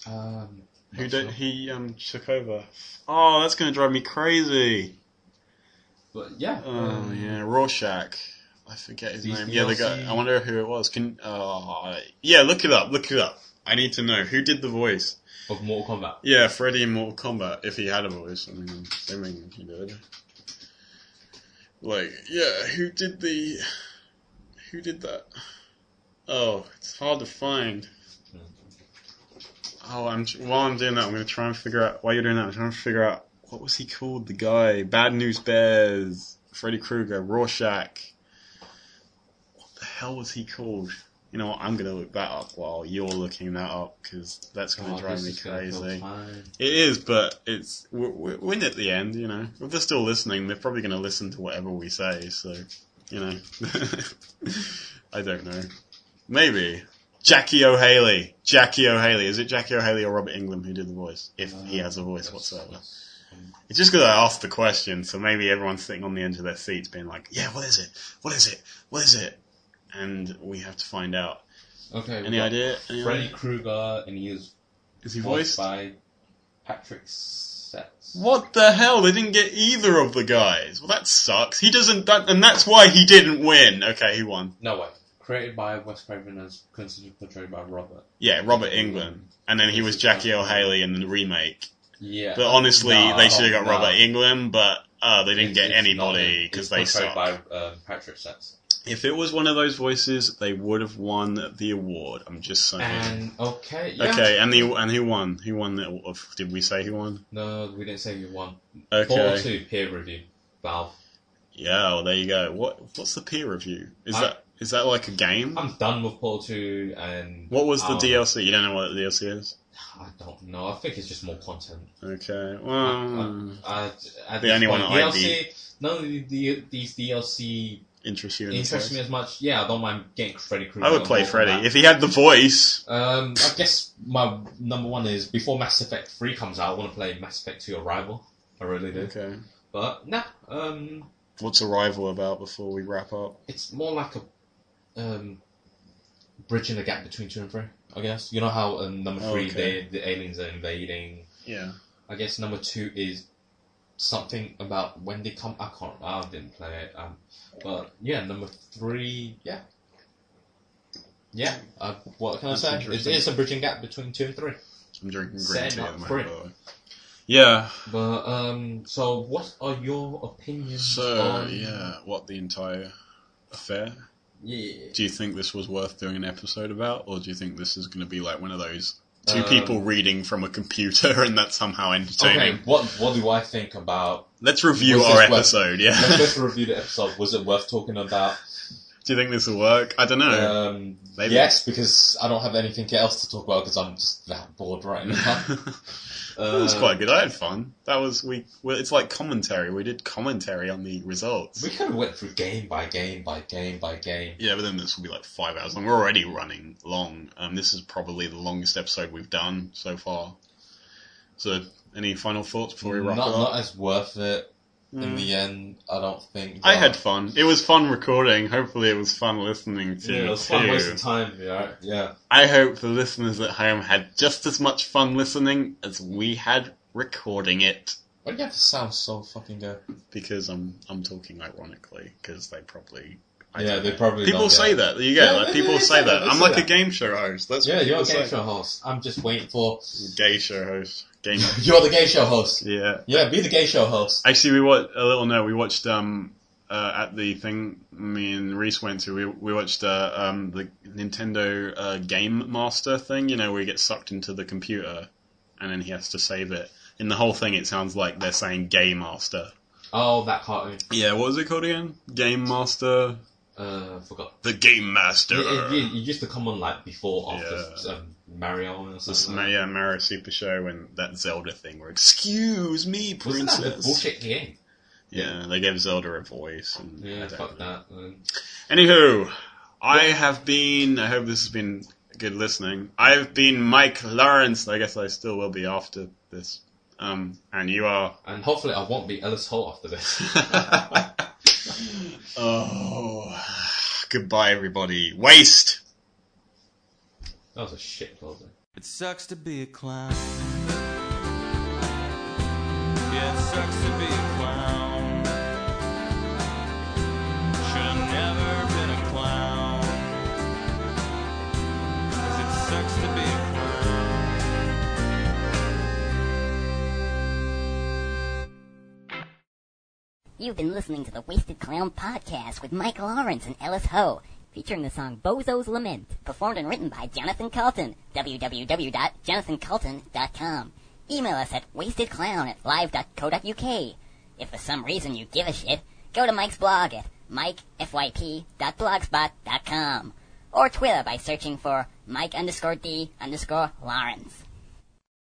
C: Um,
B: Who did
C: not sure.
B: he um took over? Oh, that's gonna drive me crazy.
C: But yeah. um,
B: Oh yeah, Rorschach. I forget his
C: He's
B: name.
C: the
B: Yeah, the
C: Aussie-
B: guy. I wonder who it was. Can uh, yeah, look it up. Look it up. I need to know who did the voice.
C: Of Mortal Kombat.
B: Yeah, Freddy in Mortal Kombat. If he had a voice, I mean, I'm assuming he did. Like, yeah, who did the? Who did that? Oh, it's hard to find. Oh, I'm while I'm doing that, I'm gonna try and figure out while you're doing that. I'm trying to figure out what was he called? The guy, Bad News Bears, Freddy Krueger, Rorschach. What the hell was he called? You know what? I'm gonna look that up while you're looking that up because that's gonna
C: God,
B: drive
C: Oh, this
B: me
C: is gonna
B: crazy.
C: kill time.
B: It is, but it's we we win at the end, you know. If they're still listening, they're probably going to listen to whatever we say. So, you know, (laughs) I don't know. Maybe Jackie O'Haley. Jackie O'Haley. Is it Jackie O'Haley or Robert Ingram who did the voice? If he has a voice whatsoever. It's just because I asked the question, so maybe everyone's sitting on the edge of their seats, being like, "Yeah, what is it? What is it? What is it?" And we have to find out.
C: Okay. we've
B: Any
C: got
B: idea? Any
C: Freddy
B: idea?
C: Krueger, and he is
B: Is he
C: voiced
B: voiced?
C: by Patrick Sets.
B: What the hell? They didn't get either of the guys. Well, that sucks. He doesn't, that, and that's why he didn't win. Okay, he won.
C: No way. Created by Wes Craven and considered portrayed by Robert.
B: Yeah, Robert England, and then he was Jackie O'Haley in the remake.
C: Yeah.
B: But honestly,
C: No,
B: they should have got
C: no.
B: Robert England, but uh, they didn't
C: It's-
B: get
C: it's not
B: anybody
C: him.
B: because
C: It's
B: they
C: portrayed
B: suck.
C: by um, Patrick Sets.
B: If it was one of those voices, they would have won the award. I'm just saying.
C: And okay, yeah.
B: okay, and the and who won? Who won? The, of- did we say who won?
C: No, we didn't say who won. Portal
B: Okay.
C: Two peer review. Valve.
B: Yeah, well, there you go. What what's the peer review? Is
C: I-
B: that is that like a game?
C: I'm done with Portal Two and. (sighs)
B: What was the
C: I'll-
B: DLC? You don't know what the DLC is?
C: I don't know. I think it's just more content.
B: Okay.
C: Uh,
B: Well,
C: uh,
B: Um,
C: at
B: The
C: this
B: only one
C: point,
B: I'd
C: DLC, none of the, the, these DLC
B: interests you in the
C: interest me
B: voice.
C: as much. Yeah, I don't mind getting Freddy Krueger.
B: I would
C: or
B: play
C: Mortal Kombat.
B: Freddy if he had the voice.
C: Um, I guess my number one is before Mass Effect 3 comes out, I want to play Mass Effect 2 Arrival. I really do.
B: Okay.
C: But, nah, um,
B: What's Arrival about before we wrap up?
C: it's more like a um, bridging the gap between 2 and 3, I guess. You know how um, number 3,
B: Oh, okay.
C: they, the aliens are invading.
B: Yeah.
C: I guess number 2 is something about when they come. I can't, I didn't play it. Um, but, yeah, number 3, yeah. Yeah, uh, what can I
B: That's
C: say? It's,
B: interesting.
C: it's a bridging gap between 2 and 3.
B: I'm drinking green
C: Set
B: tea
C: up
B: at the
C: free.
B: moment. by the way. Yeah.
C: But um, so what are your opinions
B: So
C: on?
B: yeah, what the entire affair?
C: yeah.
B: Do you think this was worth doing an episode about, or do you think this is going to be like one of those two
C: Um,
B: people reading from a computer (laughs) and that's somehow entertaining?
C: Okay, what what do I think about?
B: Let's review
C: Was
B: our
C: this worth-
B: episode. Yeah.
C: Let's just review the episode. Was it worth talking about?
B: (laughs) do you think this will work? I don't know.
C: Um,
B: Maybe.
C: yes, because I don't have anything else to talk about because I'm just that bored
B: (laughs)
C: right now.
B: That was
C: Uh,
B: quite good. I had fun. That was we. Well, it's like commentary. We did commentary on the results.
C: We could have went through game by game by game by game.
B: yeah, but then this will be like five hours long. We're already running long. Um, this is probably the longest episode we've done so far. So, any final thoughts before we
C: not
B: wrap it up?
C: not as worth it in
B: Mm.
C: the end. I don't think.
B: I (laughs)
C: but-
B: had fun. It was fun recording. Hopefully, it was fun listening to.
C: Yeah, it was
B: too.
C: fun wasting time. Yeah, yeah.
B: I hope the listeners at home had just as much fun listening as we had recording it.
C: Why do you have to sound so fucking good?
B: Because I'm I'm talking ironically because they probably. I
C: yeah,
B: don't
C: they
B: know.
C: probably
B: People
C: don't get
B: say
C: it.
B: that. There you go.
C: Yeah,
B: like,
C: they-
B: people
C: they
B: say
C: say
B: that.
C: that, they
B: I'm
C: say
B: like a
C: that.
B: game show host. That's
C: Yeah,
B: what
C: you're a
B: people
C: game
B: say.
C: show host. I'm just waiting for. (laughs)
B: Gay show host. Game.
C: You're the gay show host.
B: yeah.
C: Yeah, be the gay show host.
B: Actually, we watched a little note. We watched um uh, at the thing me and Reese went to. We we watched uh, um the Nintendo uh, Game Master thing. You know, where you get sucked into the computer, and then he has to save it. In the whole thing, it sounds like they're saying Game Master.
C: Oh, that cartoon.
B: Yeah, what was it called again? Game Master.
C: Uh, forgot.
B: The Game Master.
C: It, it, it- it used to come on like before, after
B: Yeah.
C: um, Mario or
B: The
C: something.
B: Sma-
C: Like.
B: yeah, Mario Super Show and that Zelda thing where, excuse me,
C: that. Wasn't that the
B: princess.
C: bullshit game?
B: Yeah, they gave Zelda a voice. And I
C: Yeah,
B: don't
C: fuck
B: know.
C: that. Um,
B: Anywho, I have been, I hope this has been good listening. I've been Mike Lawrence. I guess I still will be after this. Um, and you
C: (laughs)
B: are. (laughs)
C: And hopefully I won't be Ellis Holt after this.
B: oh, goodbye, everybody. Waste.
C: That was a shit closer.
A: It sucks to be a clown. Yeah, it sucks to be a clown. Should have never been a clown. 'Cause it sucks to be a clown.
D: You've been listening to the Wasted Clown podcast with Mike Lawrence and Ellis Ho, featuring the song Bozo's Lament, performed and written by Jonathan Carlton. www.jonathancarlton.com. Email us at wastedclown at live.co.uk. If for some reason you give a shit, go to Mike's blog at mikefyp.blogspot.com or Twitter by searching for Mike underscore D underscore Lawrence.